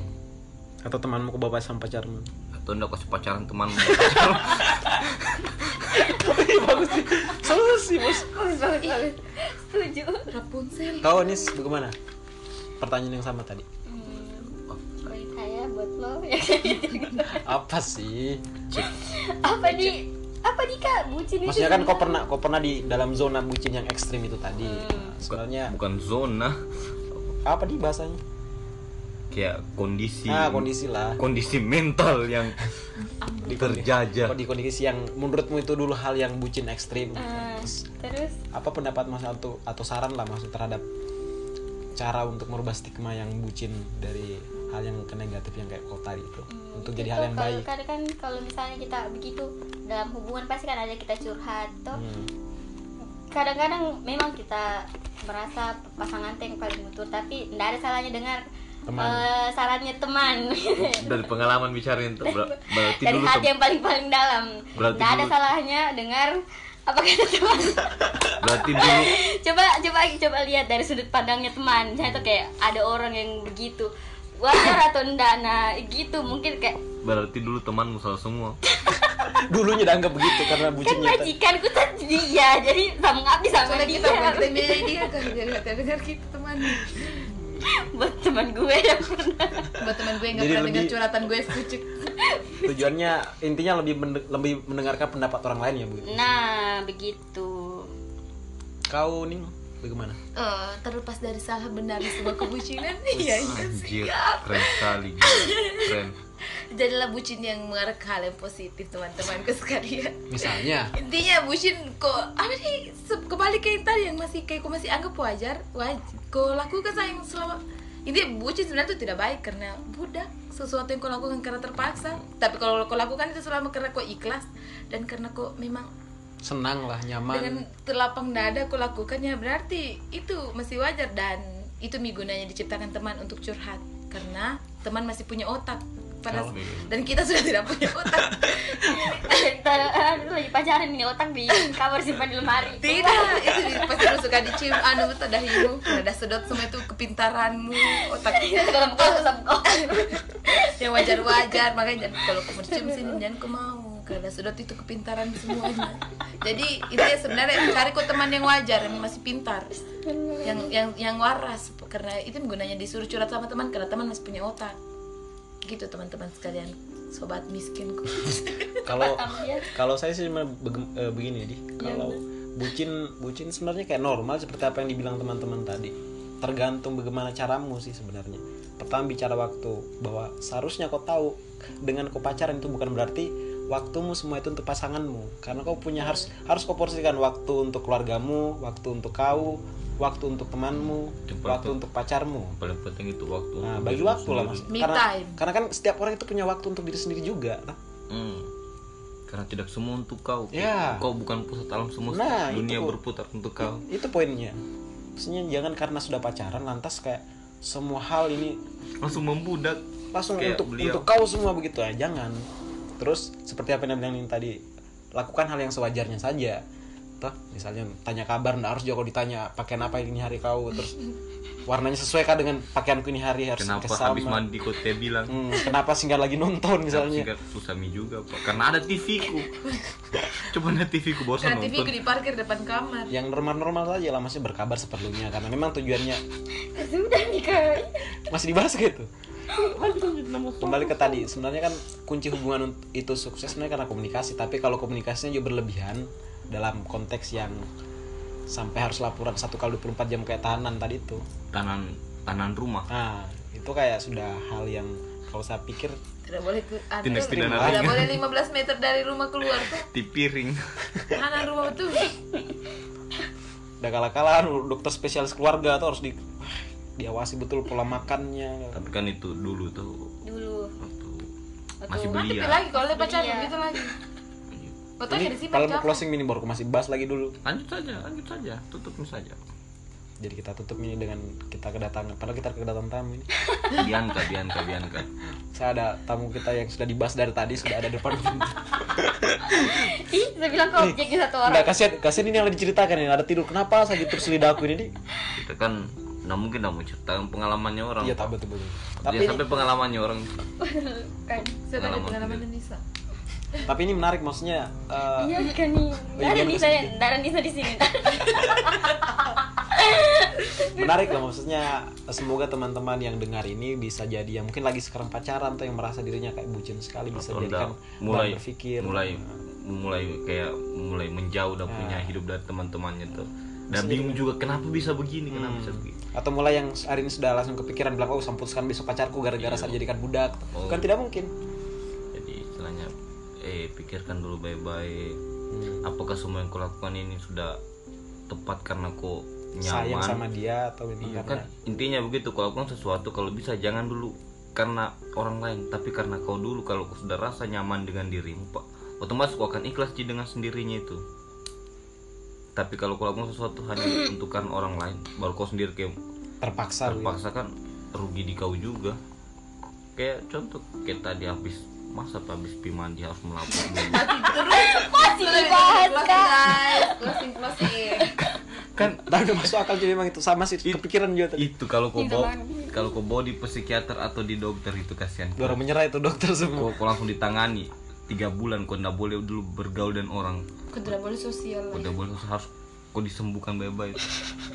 S1: Atau temanmu ke bapak sama pacarmu.
S2: atau enggak kasih pacaran temanmu
S1: Solusi bos.
S4: setuju
S5: Rapunzel.
S1: Kau Nis bagaimana? Pertanyaan yang sama tadi.
S4: Baik saya buat lo ya.
S1: Apa sih?
S4: apa nih apa nih kak bucin itu
S1: Maksudnya kan kau pernah kau pernah di dalam zona bucin yang ekstrim itu tadi.
S4: Hmm.
S1: Nah, sebenarnya
S2: bukan zona
S1: apa nih bahasanya?
S2: kayak kondisi
S1: Nah kondisi lah.
S2: kondisi mental yang
S1: Di kondi-
S2: terjajah
S1: di kondisi yang menurutmu itu dulu hal yang bucin ekstrim.
S4: Ah, terus
S1: Apa pendapat mas atau atau saran lah maksud terhadap cara untuk merubah stigma yang bucin dari hal yang ke negatif yang kayak kau tadi itu untuk jadi hal yang
S4: Hmm, kalau-
S1: baik.
S4: karena kan kalau misalnya kita begitu dalam hubungan pasti kan ada kita curhat toh
S1: Hmm.
S4: kadang-kadang memang kita merasa pasangan teh yang paling betul tapi tidak ada salahnya dengar
S1: Teman.
S4: eh, sarannya teman
S2: dari pengalaman bicara itu ber- berarti
S4: dari
S2: dulu
S4: hati
S2: tem-
S4: yang paling paling dalam
S2: Berarti
S4: tidak ada
S2: dulu-
S4: salahnya dengar apa kata teman
S2: berarti dulu
S4: coba coba coba lihat dari sudut pandangnya teman saya tuh kayak ada orang yang begitu wajar atau enggak nah gitu mungkin kayak
S2: berarti dulu temanmu salah semua
S1: Dulunya dianggap begitu karena
S4: kan
S1: bucinnya. tadi.
S4: majikanku tuh dia jadi sama ngabdi sama
S5: Soalnya
S4: dia
S5: kita bukan kita milih dia kan jadi hati dengar kita teman.
S4: buat teman gue yang pernah
S5: Buat teman gue yang nggak
S1: Jadi
S5: pernah dengar
S1: lebih-
S5: curhatan gue sepucuk.
S1: Tujuannya intinya lebih mende- lebih mendengarkan pendapat orang lain ya, Bu.
S4: nah begitu
S1: Kau nih bagaimana?
S5: Eh, terlepas dari salah benar di sebuah kebucinan, iya iya.
S2: anjir keren sekali gila. keren
S5: Jadilah bucin yang mengarah ke hal yang positif teman-temanku sekalian.
S1: Misalnya
S5: Intinya bucin kok ada nih se- kebalik kayak yang tadi yang masih kayak kok masih anggap wajar, wajib. Kau lakukan sayang selama ini bucin sebenarnya itu tidak baik karena budak sesuatu yang kau lakukan karena terpaksa tapi kalau kau lakukan itu selama karena kau ikhlas dan karena kau memang
S1: senang lah,
S5: dengan
S1: nyaman.
S5: telapang dada aku lakukannya berarti itu masih wajar dan itu mi gunanya diciptakan teman untuk curhat karena teman masih punya otak pada
S1: Oh,
S2: iya.
S5: dan kita sudah tidak punya otak
S4: Ntar, aduh, lagi pacaran ini otak di kamar simpan di lemari
S5: tidak itu di- pasti lu suka dicium anu tuh dahimu ada sedot semua itu kepintaranmu otak
S4: kalau bukan usap kok
S5: yang Ya, wajar-wajar makanya jangan kalau kamu cium sini jangan kau mau karena sedot itu kepintaran semuanya jadi itu ya sebenarnya cari kok teman yang wajar yang masih pintar yang yang yang waras karena itu gunanya disuruh curhat sama teman karena teman masih punya otak gitu teman-teman sekalian sobat miskinku
S1: Kalau
S5: iya.
S4: ya.
S1: kalau saya sih cuma bege- eh, begini ya, Di. Kalau bucin bucin sebenarnya kayak normal seperti apa yang dibilang teman-teman tadi. Tergantung bagaimana caramu sih sebenarnya. Pertama bicara waktu bahwa seharusnya kau tahu dengan kau pacaran itu bukan berarti waktumu semua itu untuk pasanganmu karena kau punya harus harus kau porsikan waktu untuk keluargamu, waktu untuk kau, waktu untuk temanmu,
S2: Jempol
S1: waktu
S2: tuh.
S1: untuk pacarmu.
S2: yang paling penting itu waktu
S1: Nah,
S2: untuk
S1: bagi
S2: diri
S1: waktu lah
S2: sendiri.
S1: mas.
S5: Me
S1: Karena,
S5: time.
S1: karena kan setiap orang itu punya waktu untuk diri sendiri juga. nah.
S2: Hmm. karena tidak semua untuk kau
S1: Ya.
S2: kau bukan pusat alam semesta
S1: Nah,
S2: dunia
S1: itu.
S2: berputar untuk kau
S1: Itu poinnya. Maksudnya jangan karena sudah pacaran lantas kayak semua hal ini
S2: langsung membudak
S1: langsung
S2: Kayak
S1: untuk
S2: beliau.
S1: untuk kau semua begitu ah jangan. Terus seperti apa yang bilang tadi lakukan hal yang sewajarnya saja. Toh, misalnya tanya kabar ndak harus juga kau ditanya pakaian apa ini hari kau terus warnanya sesuai kah dengan pakaianku ini hari harus
S2: kenapa
S1: kesama.
S2: habis mandi kau teh bilang
S1: Hmm, kenapa singgah lagi nonton misalnya
S2: Singkat susami juga pak karena ada TV ku coba ada TV ku bosan
S5: karena TV Nah, ku
S2: nonton
S5: di parkir depan kamar
S1: yang normal-normal saja lah masih berkabar seperlunya karena memang tujuannya
S4: sudah nikah
S1: masih dibahas gitu kembali ke tadi sebenarnya kan kunci hubungan unt- itu sukses sebenarnya karena komunikasi tapi kalau komunikasinya juga berlebihan dalam konteks yang sampai harus laporan satu kali 24 jam kayak tahanan tadi itu
S2: tanan tanan rumah
S1: nah itu kayak sudah hal yang kalau saya pikir
S5: tidak boleh ke anu,
S2: Tindak pidana ringan.
S5: tidak boleh 15 meter dari rumah keluar tuh
S2: di piring
S5: mana rumah tuh
S1: udah kalah-kalah anu, dokter spesialis keluarga tuh harus di ah, diawasi betul pola makannya
S2: tapi kan itu dulu tuh
S4: dulu
S2: waktu
S4: Waktu-
S2: masih
S5: tapi
S2: belia
S5: lagi kalau dia pacaran
S4: Iya.
S5: gitu lagi fotonya
S1: Iya. ini
S5: disimpan
S1: kalau mau
S5: jangan.
S1: closing mini baru aku masih bahas lagi dulu
S2: lanjut saja lanjut saja tutupin saja
S1: jadi kita tutup ini dengan kita kedatangan padahal kita kedatangan tamu ini
S2: Bianca Bianca Bianca
S1: saya ada tamu kita yang sudah dibahas dari tadi sudah ada depan pintu
S4: ih saya bilang kau objeknya satu orang
S1: nggak kasihan kasihan ini yang lagi diceritakan ini ada tidur kenapa sakit terus lidah aku ini Di?
S2: kita kan nggak mungkin nggak mau cerita kan pengalamannya orang
S1: iya
S2: Pak.
S1: tak betul betul tapi
S2: Dia
S1: ini,
S2: sampai pengalamannya orang
S4: kan
S5: Sudah ada
S2: Pengalaman
S5: pengalaman
S2: sendiri.
S5: Nisa
S1: tapi ini menarik maksudnya eh,
S4: iya kan nih
S1: iya,
S4: ada
S1: gimana
S4: Nisa ya ada Nisa di sini
S1: menarik lah maksudnya semoga teman-teman yang dengar ini bisa jadi yang mungkin lagi sekarang pacaran atau yang merasa dirinya kayak bucin sekali bisa
S2: Atau
S1: jadikan
S2: nggak,
S1: bahan
S2: mulai
S1: berpikir
S2: mulai mulai kayak mulai menjauh udah punya
S1: Nah.
S2: hidup dari teman-temannya tuh dan bingung juga kenapa bisa begini
S1: Hmm.
S2: kenapa bisa begini
S1: atau mulai yang hari ini sudah langsung kepikiran bilang oh saya putuskan besok pacarku
S2: Iya.
S1: gara-gara saya jadikan budak
S2: Oh.
S1: bukan tidak mungkin
S2: jadi istilahnya eh pikirkan dulu baik-baik
S1: Hmm.
S2: apakah semua yang kau lakukan ini sudah tepat karena kau
S1: sayang
S2: nyaman
S1: sama dia atau memang
S2: Iya
S1: karena
S2: kan intinya begitu kalau kau sesuatu kalau bisa jangan dulu karena orang lain tapi karena kau dulu kalau kau sudah rasa nyaman dengan dirimu pak otomatis kau akan ikhlas di dengan sendirinya itu tapi kalau kau lakukan sesuatu hanya untuk karena orang lain baru kau sendiri kayak
S1: terpaksa, gitu.
S2: terpaksa kan rugi di kau juga kayak contoh kayak tadi habis masa Pak, habis pi mandi harus melapor dulu.
S5: masih terus masih
S4: dibahas,
S5: closing guys closing closing
S2: kan
S1: Tapi udah masuk akal sih memang itu sama sih kepikiran juga tadi.
S2: itu kalau kau
S4: Itu
S2: bawa
S4: banget.
S2: kalau kau bawa di psikiater atau di dokter itu kasihan
S1: Baru menyerah itu dokter semua.
S2: kau, kau langsung ditangani tiga bulan kau ndak boleh dulu bergaul dengan orang
S5: Aku tidak boleh sosial
S2: kau
S5: lah.
S2: ndak boleh harus kau disembuhkan baik-baik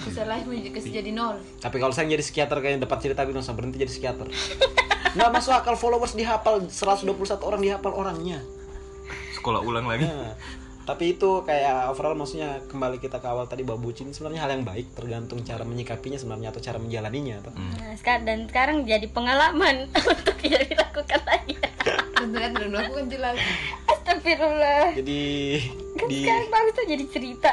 S5: Sosial life mau dikasih jadi nol.
S1: Tapi kalau saya jadi psikiater kayaknya dapat cerita bilang sama berhenti jadi psikiater. Nggak masuk akal followers dihafal 121 orang dihafal orangnya.
S2: sekolah ulang lagi
S1: Nah, tapi itu kayak overall maksudnya kembali kita ke awal tadi bahwa bucin sebenarnya hal yang baik tergantung cara menyikapinya sebenarnya atau cara menjalaninya atau
S4: Nah, sekarang dan sekarang jadi pengalaman untuk tidak dilakukan lagi.
S5: Dan kan ternyata udah melakukan itu lagi.
S4: Astagfirullah.
S1: jadi
S4: Kan
S1: di
S4: sekarang baru saja jadi cerita.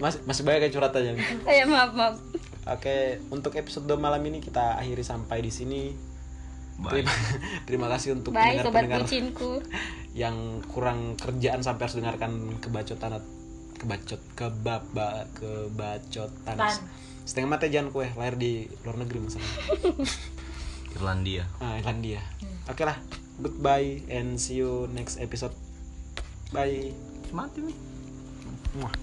S1: mas, masih banyak yang curhat aja nih.
S4: Saya maaf maaf.
S1: Oke, untuk episode dua malam ini kita akhiri sampai di sini.
S2: Bye.
S1: Terima, terima kasih untuk
S4: Bye sobat
S1: pendengar-pendengar
S4: bucinku.
S1: yang kurang kerjaan sampai harus dengarkan kebacotan at- kebacot kebaba kebacotan.
S5: Tan.
S1: Setengah mata jangan kue lahir di luar negeri misalnya.
S2: Irlandia
S1: Ah, Irlandia. Oke lah. Goodbye and see you next episode. Bye.
S2: mati nih
S1: Muah.